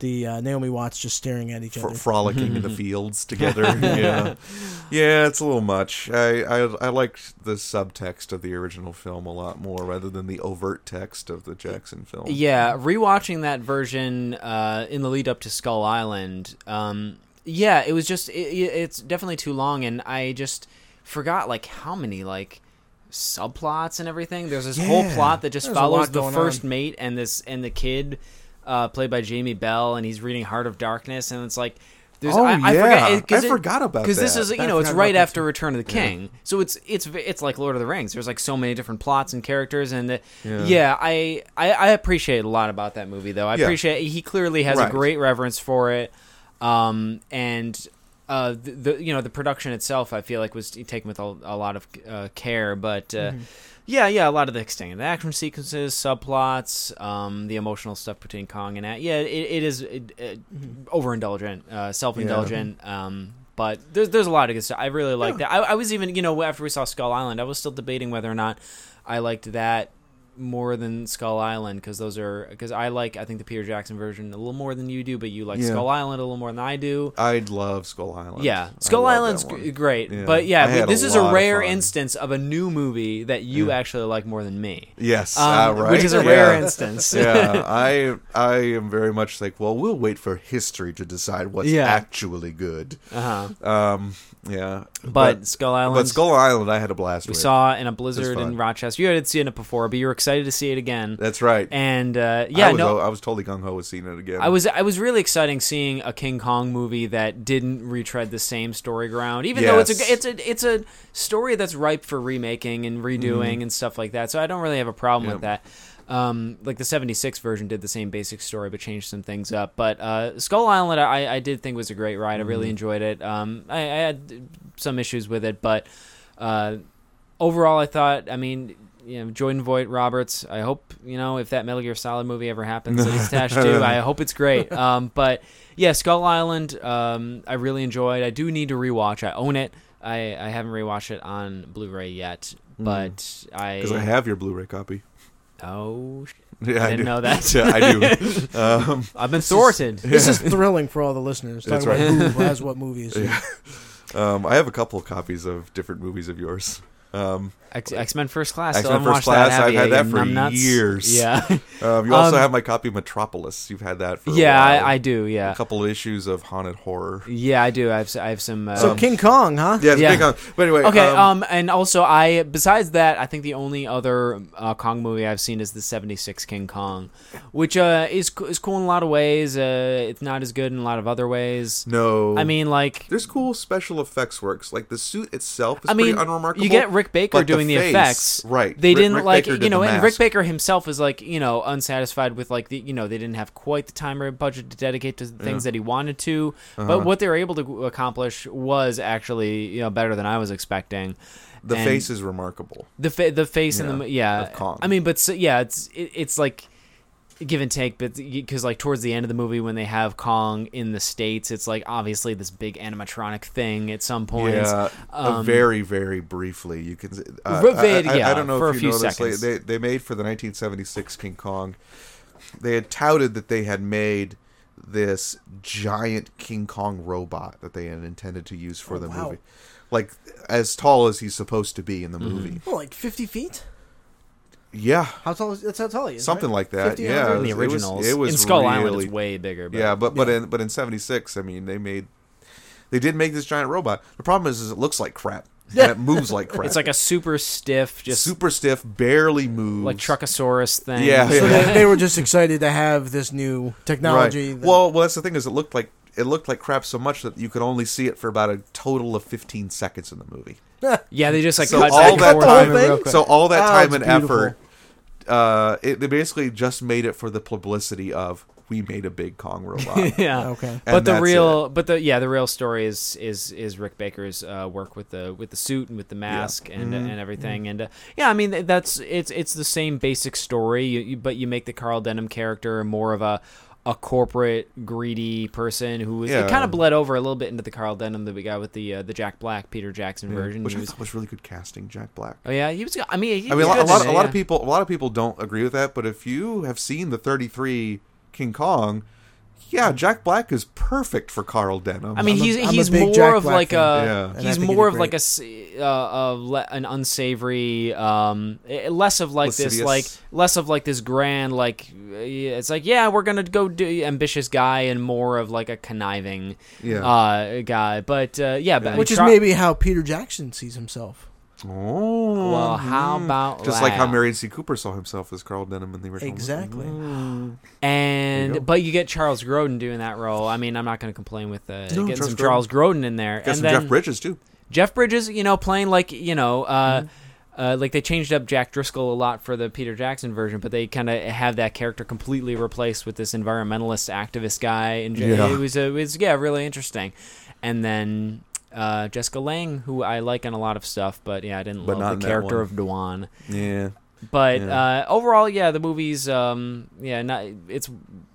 the uh, Naomi Watts just staring at each Fro- other. frolicking in the fields together. yeah, yeah, it's a little much. I, I I liked the subtext of the original film a lot more rather than the overt text of the Jackson film. Yeah, rewatching that version uh, in the lead up to Skull Island. Um, yeah, it was just it, it- it's definitely too long, and I just forgot like how many like subplots and everything. There's this whole Yeah. plot that just There's a follows lot the going first on. mate and this and the kid uh, played by Jamie Bell, and he's reading Heart of Darkness, and it's like. There's, Oh, I, I yeah. forget, it- 'cause I it- forgot about this that. is you I know it's forgot right about that after Return of the King, so it's it's v- it's like Lord of the Rings. There's like so many different plots and characters, and the, yeah, I, I I appreciate a lot about that movie though. I Yeah. appreciate he clearly has a Right. great reverence for it, um, and uh, the, the you know the production itself I feel like was taken with a, a lot of uh, care, but. Uh, Mm-hmm. Yeah, yeah, a lot of the extended action sequences, subplots, um, the emotional stuff between Kong and that. Yeah, it, it is it, it, Mm-hmm. overindulgent, uh, self-indulgent. Um, but there's there's a lot of good stuff. I really liked that. I, I was even you know after we saw Skull Island, I was still debating whether or not I liked that more than Skull Island because those are because I like I think the Peter Jackson version a little more than you do, but you like Yeah. Skull Island a little more than I do. I'd love Skull Island. Yeah, I Skull love that Island's one. g- great, Yeah. but I yeah, had this is lot a of rare fun. instance of a new movie that you actually like more than me. Yes, Um, uh, right? which is a rare Yeah. instance. yeah, I I am very much like, well, we'll wait for history to decide what's Yeah. actually good. Uh-huh. Um, yeah, But Skull Island- but Skull Island, I had a blast. We with. saw it in a blizzard fun. in Rochester. You had seen it before, but you were excited to see it again. That's right. and uh, yeah, I was, no, I was totally gung ho with seeing it again. I was I was really exciting seeing a King Kong movie that didn't retread the same story ground, even though it's a Yes. it's a it's a story that's ripe for remaking and redoing and stuff like that. So I don't really have a problem with that. Um, like the '76 version did the same basic story but changed some things up. But uh, Skull Island, I, I did think was a great ride. I really enjoyed it. Um, I, I had some issues with it, but. Uh, overall, I thought, I mean, you know, Jordan Voight, Roberts. I hope you know if that Metal Gear Solid movie ever happens that he's attached to. I hope it's great. Um, but yeah, Skull Island. Um, I really enjoyed. I do need to rewatch. I own it. I, I haven't rewatched it on Blu-ray yet, but I, because Hmm. I have your Blu-ray copy. oh sh- Yeah, I didn't do. know that. Yeah, I do. Um, I've been thwarted. This is thrilling for all the listeners. Talking That's about right. who has what movies. Um, I have a couple of copies of different movies of yours. Um, X X Men First Class. X-Men still haven't First watched that, Class, have I've you, had you that for numbnuts? years. Yeah, um, you also Um, have my copy of Metropolis. You've had that for yeah, a while. I, I do. Yeah, A couple of issues of haunted horror. yeah, I do. I have s- I have some. Uh, So King Kong, huh? Um, Yeah, it's Yeah. big on. But anyway, Okay, um, um, and also I besides that, I think the only other uh, Kong movie I've seen is the '76 King Kong, which uh, is co- is cool in a lot of ways. Uh, it's not as good in a lot of other ways. no, I mean, like there's cool special effects works. Like the suit itself is I mean, pretty unremarkable. you get Rick Baker but doing the, face- effects, right? They Rick- didn't Rick like Baker did you know, the and mask. Rick Baker himself is like you know unsatisfied with like the you know they didn't have quite the time or budget to dedicate to the things that he wanted to, Uh-huh. but what they were able to accomplish was actually you know better than I was expecting. The And face is remarkable. the fa- the face and the Yeah, mo- yeah. of Kong. I mean, but so, yeah, it's it, it's like give and take, but because like towards the end of the movie when they have Kong in the states, it's like obviously this big animatronic thing at some point. Yeah, uh, Um, very, very briefly. You can. Uh, Re- I- I, I yeah, don't know for if a you few know this. like, seconds. They, they made for the 1976 King Kong. They had touted that they had made this giant King Kong robot that they had intended to use for Oh, the wow. movie, like as tall as he's supposed to be in Mm-hmm. the movie. Well, like 50 feet? Yeah, How tall is That's how tall he is. something right? like that. 50, yeah, 100? in the it was- originals. It was in Skull really, Island, it's way bigger. But yeah, but but in but in '76, I mean, they made they did make this giant robot. The problem is, is it looks like crap. Yeah, it moves like crap. it's like a super stiff, just super stiff, barely moves. like Truckosaurus thing. Yeah, So yeah. they, they were just excited to have this new technology. Right. that- Well, well, that's the thing is, it looked like it looked like crap so much that you could only see it for about a total of 15 seconds in the movie. yeah. They just like so cut all back that and forth. whole time, thing? Real quick. so all that Ah, time it's and beautiful. effort, uh, it, they basically just made it for the publicity of we made a big Kong robot. yeah. Okay. But And the that's real, but the yeah, the real story is is is Rick Baker's uh, work with the with the suit and with the mask and and everything and uh, yeah, I mean th- that's it's it's the same basic story, you, you, but you make the Carl Denham character more of a a corporate greedy person who is Yeah. it kind of bled over a little bit into the Carl Denham that we got with the uh, the Jack Black Peter Jackson version. Which He I was- thought was really good casting, Jack Black. oh yeah, he was. I mean, he I was mean, a lot, a good in lot, it, a lot of yeah. people, a lot of people don't agree with that. But if you have seen the 33 King Kong, Mm. yeah, Jack Black is perfect for Carl Denham. I mean, I'm a- he's I'm a he's big more Jack of Black like fan. a Yeah. And I he's think he more did of like a, great. s- uh, uh, le- an unsavory um eh, less of like this Lascivious. like less of like this grand like eh, it's like yeah we're gonna go do ambitious guy and more of like a conniving Yeah. uh guy but uh, yeah but Which is Tro- maybe how Peter Jackson sees himself. oh, well how Mm. about just like how that? Marion C. Cooper saw himself as Carl Denham in the original. movie. Exactly. Mm, and There you go. but you get Charles Grodin doing that role I mean I'm not gonna complain with uh, getting Charles some Grodin. Charles Grodin in there Got and some then Jeff Bridges too. Jeff Bridges, you know, playing like you know, uh, Mm-hmm. uh, like they changed up Jack Driscoll a lot for the Peter Jackson version, but they kind of have that character completely replaced with this environmentalist activist guy, and j- Yeah. it was uh, it was yeah really interesting. And then uh, Jessica Lange, who I like on a lot of stuff, but yeah, I didn't But not love in the that character one. of Duan. Yeah, But Yeah. uh, overall, yeah, the movie's um, yeah, not it's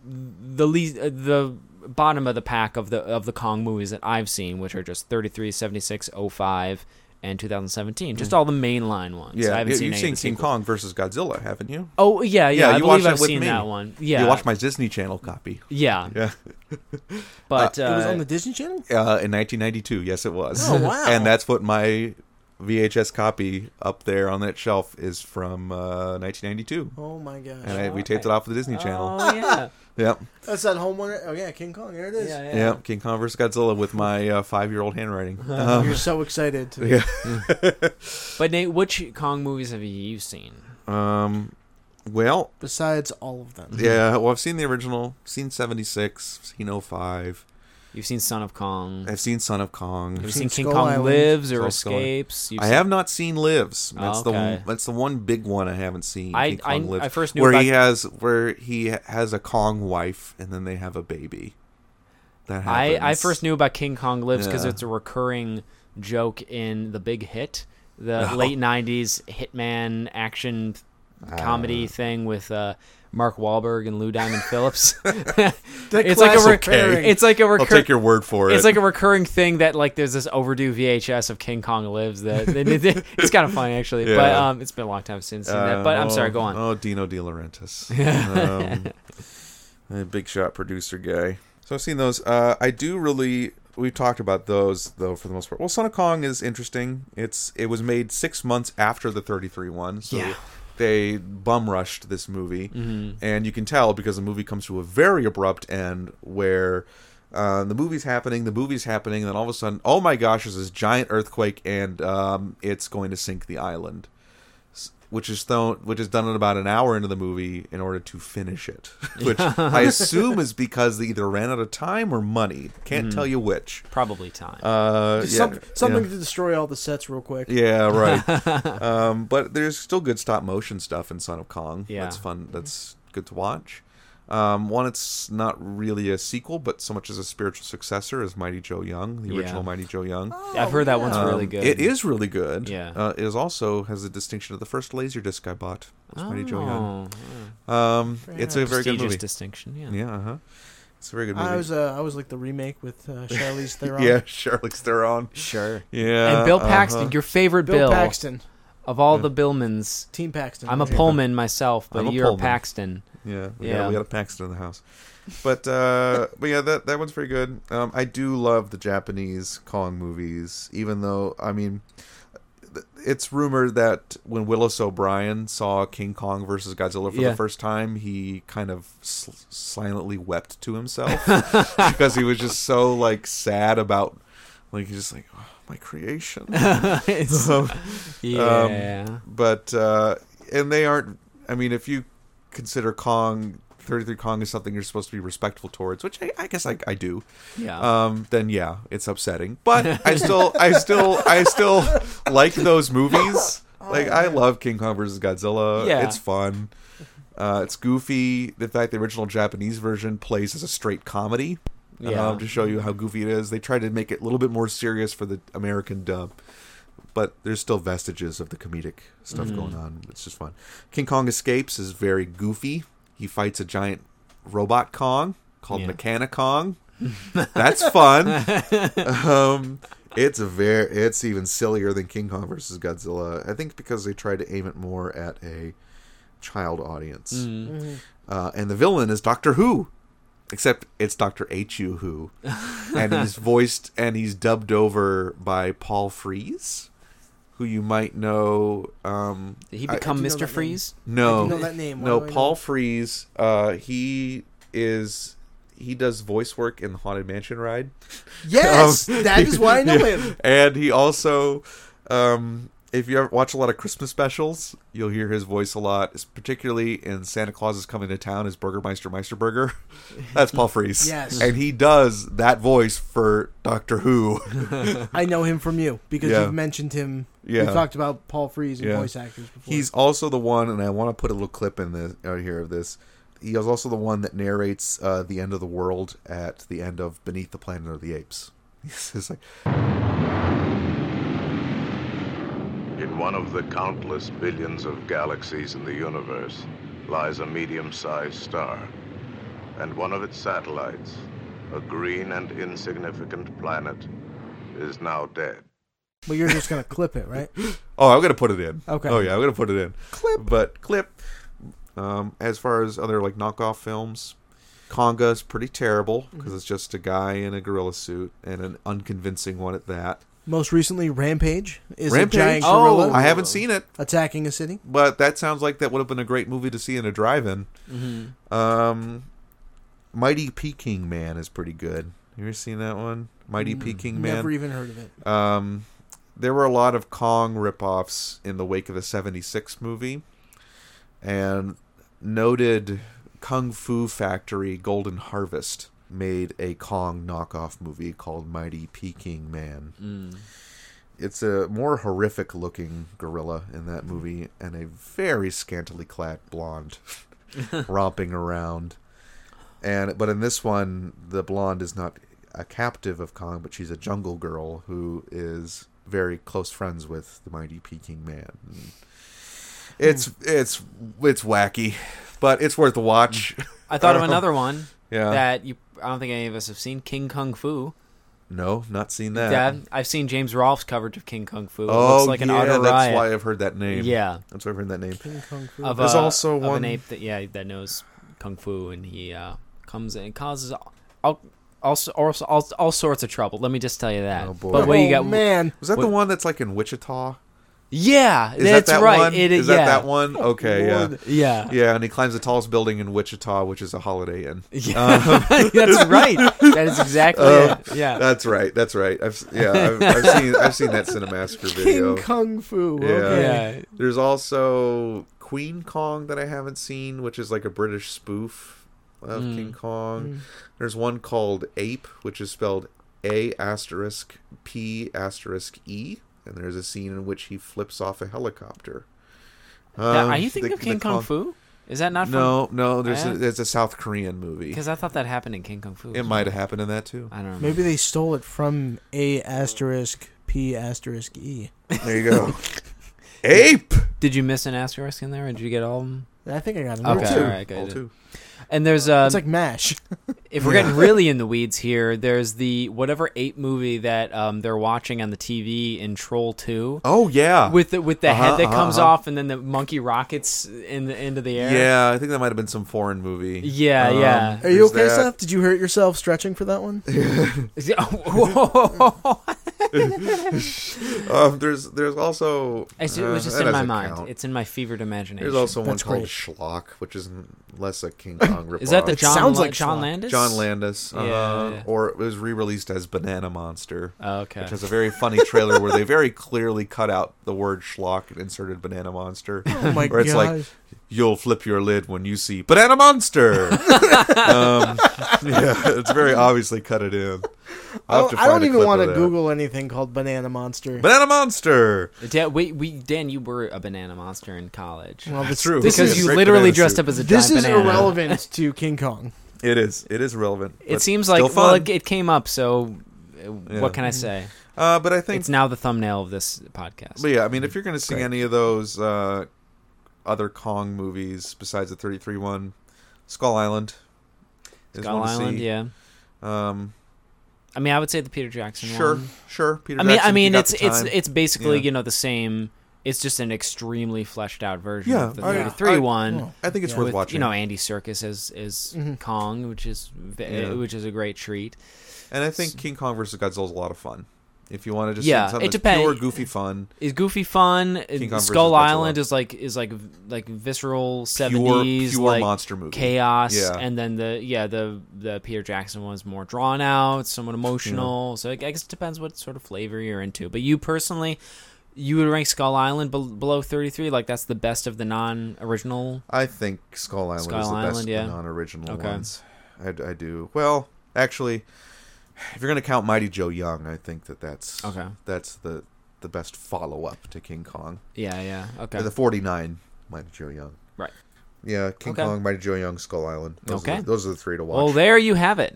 the least uh, the bottom of the pack of the of the Kong movies that I've seen, which are just 33, 76, 05, and 2017. Just all the mainline ones. Mm. yeah. I haven't You- seen You've any seen of the King sequels. Kong versus Godzilla, haven't you? Oh yeah, yeah. I you watched believe that I've with seen me. that one. Yeah, you watched my Disney Channel copy. yeah, Yeah, but uh, it was on the Disney Channel? uh, in 1992. Yes, it was. Oh, wow. and that's what my VHS copy up there on that shelf is from uh, 1992. Oh my gosh. And I, we taped it off the Disney Channel. oh yeah, Yep, That's that home one. Oh yeah, King Kong. There it is. yeah, yeah. yep. King Kong vs. Godzilla with my uh, five-year-old handwriting. Uh-huh. Um, Oh, You're so excited. To, yeah. But Nate, which Kong movies have you seen? Um, well, Besides all of them. Mm-hmm. yeah. Well, I've seen the original. Seen 76. Seen 05. You've seen Son of Kong. I've seen Son of Kong. You've seen King Skull Kong Island. Lives or Skull- Skull Island. Escapes. You've I seen- Oh, have not seen Lives. That's the Okay. one. That's the one big one I haven't seen. I- King Kong I- Lives, I first knew where about- he has where he has a Kong wife and then they have a baby. That happens. I, I first knew about King Kong Lives because Yeah. it's a recurring joke in The Big Hit the late '90s hitman action Ah. comedy thing with uh, Mark Wahlberg and Lou Diamond Phillips. it's like a classic recurring. pairing. It's like a I'll recurring. take your word for it. It's like a recurring thing that like there's this overdue VHS of King Kong Lives that they, they, they- it's kind of funny actually, but Yeah. um, it's been a long time since I've seen that. But I'm sorry, go on. Oh, Dino De Laurentiis, um, a big shot producer guy. So I've seen those. Uh, I do really. We've talked about those though for the most part. Well, Son of Kong is interesting. It's it was made six months after the 33 one, so Yeah. Mm-hmm. they bum rushed this movie, and you can tell because the movie comes to a very abrupt end where. Uh, the movie's happening. The movie's happening, and then all of a sudden, oh my gosh! There's this giant earthquake, and um, it's going to sink the island which is thrown, which is done in about an hour into the movie in order to finish it, which I assume is because they either ran out of time or money. Can't Hmm. tell you which. Probably time. Uh, yeah, Some- something yeah. to destroy all the sets real quick. Yeah, right. um, but there's still good stop motion stuff in Son of Kong. Yeah. that's fun. That's good to watch. Um, one, it's not really a sequel, but so much as a spiritual successor is Mighty Joe Young, the Yeah. original Mighty Joe Young. I've heard that one's really Um, good. It is really good. Yeah. uh, it is also has the distinction of the first laser disc I bought. Was Mighty Joe Young. Oh, Um, it's a very good prestigious movie. distinction. Yeah. yeah, uh-huh. it's a very good movie. I was uh, I was like the remake with uh, Charlize Theron. yeah, Charlize Theron. Sure. Yeah, And Bill Paxton, uh-huh. your favorite Bill Bill, Paxton, of all the Billmans. Team Paxton. I'm a Pullman myself, but I'm a you're Pullman. a Paxton. Yeah, we, Yeah. Got, we got a Paxton in the house. But uh, but yeah, that that one's pretty good. Um, I do love the Japanese Kong movies, even though I mean, th- it's rumored that when Willis O'Brien saw King Kong versus Godzilla for Yeah. the first time, he kind of sl- silently wept to himself because he was just so like sad about like he's just like oh, my creation. It's- Um, yeah. but uh, and they aren't. I mean, if you consider Kong thirty three Kong is something you're supposed to be respectful towards, which I, I guess I, I do. yeah. Um, then yeah, it's upsetting. But I still, I still, I still like those movies. Like I love King Kong versus Godzilla. Yeah. it's fun. Uh, it's goofy. The fact the original Japanese version plays as a straight comedy. Yeah. Um, to show you how goofy it is, they tried to make it a little bit more serious for the American dub, but there's still vestiges of the comedic stuff Mm. going on. It's just fun. King Kong Escapes is very goofy. He fights a giant robot Kong called Yeah. Mechana Kong. That's fun. um, it's a very it's even sillier than King Kong versus Godzilla. I think because they tried to aim it more at a child audience. Mm. Uh, and the villain is Doctor Who, except it's Doctor H U Who, and he's voiced and he's dubbed over by Paul Frees, who you might know. Um, Did he I- become do know Mr. that Freeze? no, I do know that name. Why No, do I know Paul it? Frees. Uh, he is he does voice work in the Haunted Mansion ride. Yes, Um, that is why I know him. And he also, um, if you ever watch a lot of Christmas specials, you'll hear his voice a lot, It's particularly in Santa Claus is Coming to Town as Burgermeister Meisterburger. That's Paul Frees. Yes. And he does that voice for Doctor Who. I know him from you because Yeah. you've mentioned him. Yeah. We've talked about Paul Frees and Yeah. voice actors before. He's also the one, and I want to put a little clip in this out here of this. He is also the one that narrates uh, the end of the world at the end of Beneath the Planet of the Apes. It's like, In one of the countless billions of galaxies in the universe lies a medium sized star. And one of its satellites, a green and insignificant planet, is now dead. but you're just gonna clip it, right? Oh, I'm gonna put it in. Okay. Oh yeah, I'm gonna put it in. Clip. But clip. Um, as far as other like knockoff films, Conga is pretty terrible because it's just a guy in a gorilla suit and an unconvincing one at that. Most recently, Rampage is Rampage? a giant Oh, gorilla I haven't seen it, attacking a city. but that sounds like that would have been a great movie to see in a drive-in. Mm-hmm. Um, Mighty Peking Man is pretty good. You ever seen that one? Mighty Peking Man. Hmm, Never even heard of it. Um, there were a lot of Kong ripoffs in the wake of the 76 movie. And noted Kung Fu Factory Golden Harvest made a Kong knockoff movie called Mighty Peking Man. It's a more horrific looking gorilla in that movie and a very scantily clad blonde romping around. And but in this one, the blonde is not a captive of Kong, but she's a jungle girl who is very close friends with the mighty Peking Man. And Hmm. It's it's it's wacky, but it's worth a watch. I thought Uh-huh. of another one Yeah. Hmm. that you. I don't think any of us have seen King Kung Fu. No, not seen that. Yeah, I've seen James Rolfe's coverage of King Kung Fu. It Oh, looks like an yeah, auto that's riot why I've heard that name. Yeah. that's why I've heard that name. of There's a- also of one- an ape that yeah that knows kung fu and he uh, comes in and causes all, all, all, all, all, all sorts of trouble. Let me just tell you that. Oh, boy. But what oh you got? man, Was that the What- one that's like in Wichita? Yeah, Is that's that that right. one? It, Is yeah. that that one? Okay, yeah. Lord. Yeah, Yeah, and he climbs the tallest building in Wichita, which is a Holiday Inn. Um, Uh, that's right. That is exactly it. Yeah. That's right. That's right. I've s- yeah, I've, I've seen I've seen that Cinemassacre video. King Kung Fu. Yeah. Okay. yeah. There's also Queen Kong that I haven't seen, which is like a British spoof of Hmm. King Kong. There's one called Ape, which is spelled A asterisk P asterisk E, and there's a scene in which he flips off a helicopter. Now, Um, are you thinking the- of King the Kong Fu? Is that not No, no. There's Yeah. a, there's a South Korean movie. Because I thought that happened in King Kung Fu. It might have happened in that too. I don't know. Maybe they stole it from A asterisk P asterisk E. There you go. Ape. Did you miss an asterisk in there, or did you get all of them? I think I got another Okay, two. all right, good. All two. And there's um, It's like Mash. if we're getting really in the weeds here, there's the whatever ape movie that um, they're watching on the TV in Troll Two Oh yeah. with the with the Uh-huh, head that uh-huh, comes uh-huh. off and then the monkey rockets in the into the air. yeah, I think that might have been some foreign movie. Um, Yeah, yeah. Are you there's okay, that. Seth? Did you hurt yourself stretching for that one? Whoa. Um, there's there's also It's- it uh, was just that in my doesn't mind. count. It's in my fevered imagination. There's also one That's called great. Schlock, which is n- less a King Kong ripoff. is that the John sounds La- like John Schlock. Landis? John Landis? Uh, Yeah. Or it was re-released as Banana Monster, Oh, okay. which has a very funny trailer where they very clearly cut out the word Schlock and inserted Banana Monster. Oh my Where god! it's like you'll flip your lid when you see Banana Monster. um, yeah, it's very obviously cut it in. I'll have to Oh, I don't find a even clip want of to that. Google anything called Banana Monster. Banana Monster. Yeah, wait, we Dan, you were a banana monster in college well, this, True. This This because is, is- you Straight literally banana dressed suit. up as a this giant is banana. irrelevant to King Kong. It is. It is relevant. It but seems still like well, fun. it, it came up, so uh, Yeah. what can I say? Uh, but I think It's now the thumbnail of this podcast. But yeah, I mean, if you're going to see any of those uh, other Kong movies besides the 33 one, Skull Island. is Skull one to Island, see. yeah. Um, I mean, I would say the Peter Jackson. sure, one. sure. Peter. I mean, Jackson, I if you mean, got it's the it's time. it's basically Yeah. you know the same. It's just an extremely fleshed out version Yeah, of the I- 33 I- one. oh, I think it's yeah. worth with, watching. You know, Andy Circus as as Kong, which is v- Mm-hmm. Yeah. which is a great treat. and I think King Kong versus Godzilla is a lot of fun. If you want to just Yeah, see something it that's depend- pure goofy fun, Is Goofy fun? Kong versus Skull Godzilla. Island is like is like v- like visceral seventies pure like monster movie. chaos, Yeah. and then the yeah the the Peter Jackson one's more drawn out, somewhat emotional. So I guess it depends what sort of flavor you're into. But you personally, you would rank Skull Island bel below thirty three. Like that's the best of the non original. I think Skull Island Skull is the best Island, of yeah. the non-original Okay. ones. I, I do. Well, actually, if you're going to count Mighty Joe Young, I think that that's Okay. That's the the best follow-up to King Kong. Yeah, yeah, okay, Or The 49 Mighty Joe Young. right. Yeah, King Okay. Kong, Mighty Joe Young, Skull Island. Those Are Okay. the, those are the three to watch. Well, there you have it.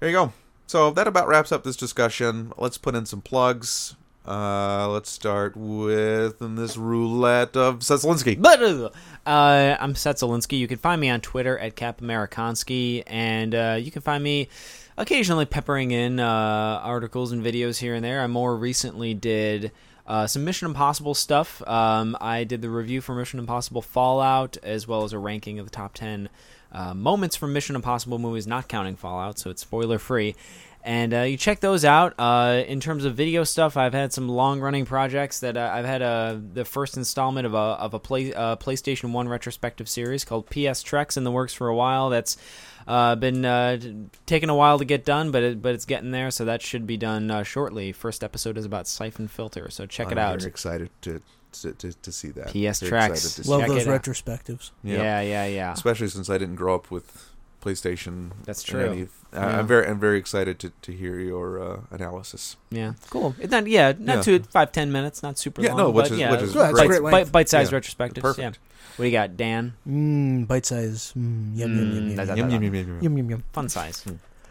there you go. So that about wraps up this discussion. Let's put in some plugs. Uh, let's start with in this roulette of Seth Zielinski. But uh, I'm Seth Zielinski. You can find me on Twitter at CapAmerikansky, and uh, you can find me occasionally peppering in uh, articles and videos here and there. I more recently did. Uh, some Mission Impossible stuff. Um, I did the review for Mission Impossible Fallout, as well as a ranking of the top 10 uh, moments from Mission Impossible movies, not counting Fallout, so it's spoiler free and uh, you check those out. Uh, in terms of video stuff, I've had some long-running projects that uh, I've had uh, the first installment of a of a play, uh, PlayStation One retrospective series called PS Treks in the works for a while. That's uh, been uh, t- taking a while to get done, but it, but it's getting there. So that should be done uh, shortly. First episode is about Siphon Filter, so check it I'm out. Very excited to to, to, to see that. PS Very Tracks. excited to Love Check those it out. retrospectives. see- Yeah. Yeah, yeah, yeah. Especially since I didn't grow up with PlayStation. That's and true. I- I'm very I'm very excited to, to hear your uh, analysis. Yeah, cool. It's not yeah, not Yeah. too five ten minutes, not super Yeah, long. no, which but is- yeah, which is Yeah, it's bite, great length. bite sized Yeah. retrospectives. Yeah. Perfect. What do you got, Dan? Mmm, bite size. Mm, yum, yum, yum, Mm, yum, da- yum, da- Yum, da- yum, da. yum, yum, yum. yum, yum, yum. Fun size.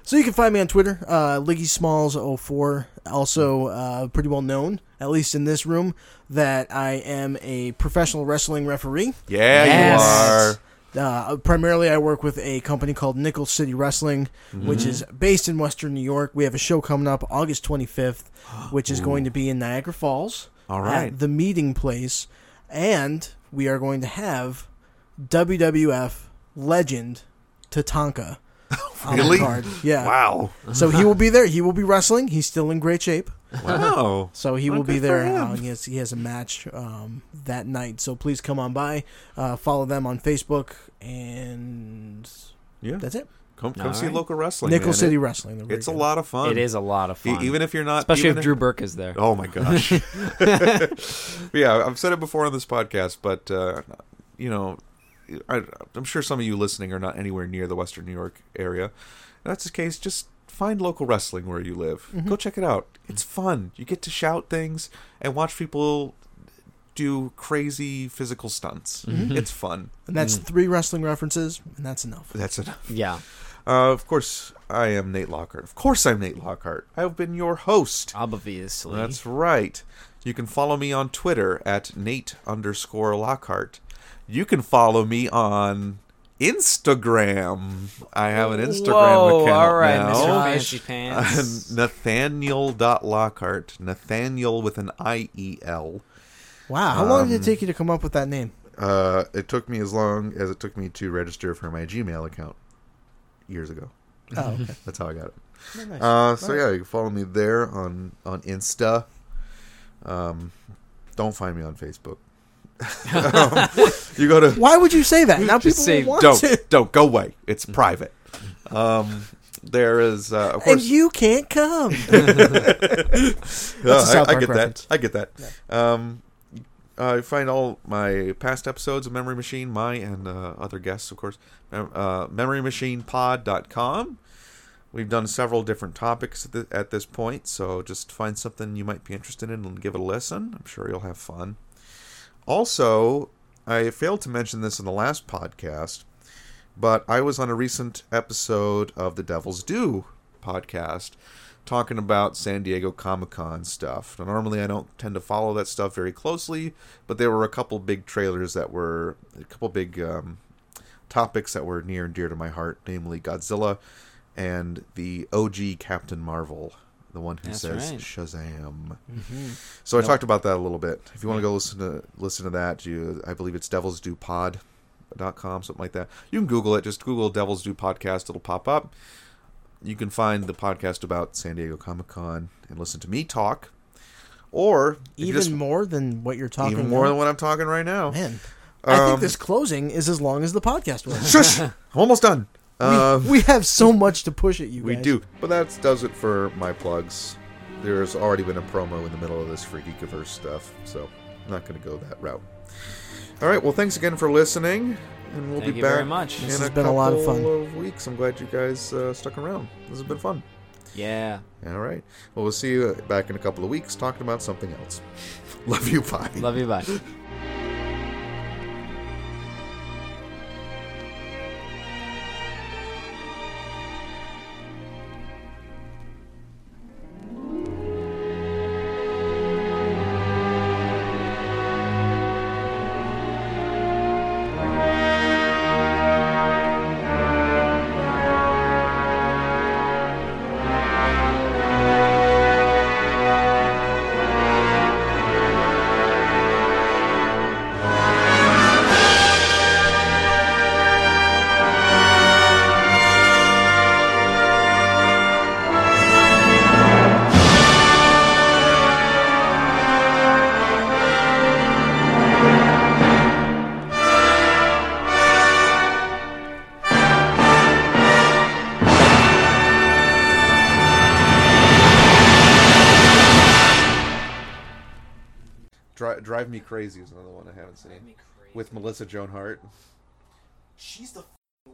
So you can find me on Twitter, uh, Liggy Smalls04. Also, uh, pretty well known, at least in this room, that I am a professional wrestling referee. Yeah, Yes. you are. Uh, primarily, I work with a company called Nickel City Wrestling, which is based in Western New York. We have a show coming up August 25th, which is going to be in Niagara Falls. All right. At the meeting place. And we are going to have WWF legend Tatanka. on the Really? card. Yeah. Wow. So he will be there. He will be wrestling. He's still in great shape. Wow. So he will be good for there. him. Uh, he, has, he has a match um, that night. So please come on by. Uh, follow them on Facebook. And Yeah. that's it. Come, come All see right. local wrestling. Nickel man. City It- Wrestling. They're very It's a good. lot of fun. It is a lot of E- fun. Even if you're not, especially even if Drew Burke is there. Oh my gosh. yeah, I've said it before on this podcast, but uh, you know, I, I'm sure some of you listening are not anywhere near the Western New York area. If that's the case. Just find local wrestling where you live. Go check it out. It's fun. You get to shout things and watch people do crazy physical stunts. It's fun. And that's three wrestling references, and that's enough. That's enough. Yeah, Uh, of course, I am Nate Lockhart. Of course, I'm Nate Lockhart. I've been your host. obviously. That's right. You can follow me on Twitter at Nate underscore Lockhart. You can follow me on Instagram. I have an Instagram Whoa, account all right, Mr. now. Fancy Gosh. Pants. Nathaniel.lockhart. Nathaniel with an E I-E-L. Wow. Um, How long did it take you to come up with that name? Uh, it took me as long as it took me to register for my Gmail account years ago. Oh, okay. That's how I got it. Uh, so yeah, you can follow me there on on Insta. Um, don't find me on Facebook. Um, you go to Why would you say that? Now people Just say, will want don't to. don't go away. It's private. Um, there is uh, of And course you can't come. Uh, a South I, I Park get reference. that. I get that. Um, I find all my past episodes of Memory Machine, my and uh, other guests, of course, mem- uh, memorymachinepod.com. We've done several different topics at, thi- at this point, so just find something you might be interested in and give it a listen. I'm sure you'll have fun. Also, I failed to mention this in the last podcast, but I was on a recent episode of the Devil's Do podcast talking about San Diego Comic Con stuff. Now, normally, I don't tend to follow that stuff very closely, but there were a couple big trailers that were a couple big um, topics that were near and dear to my heart, namely Godzilla and the OG Captain Marvel, the one who That's says right. Mm-hmm. Shazam. So I talked about that a little bit. If you want to go listen to listen to that, you I believe it's Devils Do Pod dot com something like that you can google it just google devils do podcast it'll pop up you can find the podcast about san diego comic-con and listen to me talk or if you even just- more than what you're talking even more about. than what i'm talking right now Man, I think Um, this closing is as long as the podcast was. shush i'm almost done um, we have so much to push at you We guys. do. But that does it for my plugs. There's already been a promo in the middle of this for Geekiverse stuff, so I'm not going to go that route. All right. Well, thanks again for listening, and we'll Thank be you back very much. in This has a been a lot of couple fun. of weeks. I'm glad you guys uh, stuck around. This has been fun. Yeah. All right. Well, we'll see you back in a couple of weeks talking about something else. Love you. Bye. Love you. Bye. Dri- Drive Me Crazy is another one I haven't seen with Melissa Joan Hart. She's the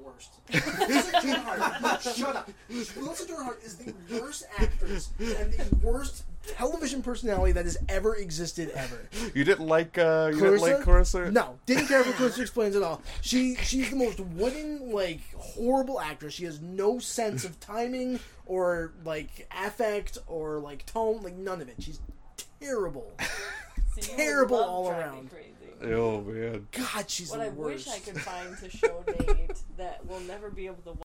worst. Melissa Earhart, shut up. Melissa Earhart is the worst actress and the worst television personality that has ever existed ever. You didn't like uh, you didn't like Clarissa? No, didn't care for Clarissa Explains at all. She she's the most wooden, like horrible actress. She has no sense of timing or like affect or like tone, like none of it. She's terrible. See, you would Terrible love all Drive Me around. Crazy. Oh man. God, she's What the I worst. wish I could find to show Nate that we'll never be able to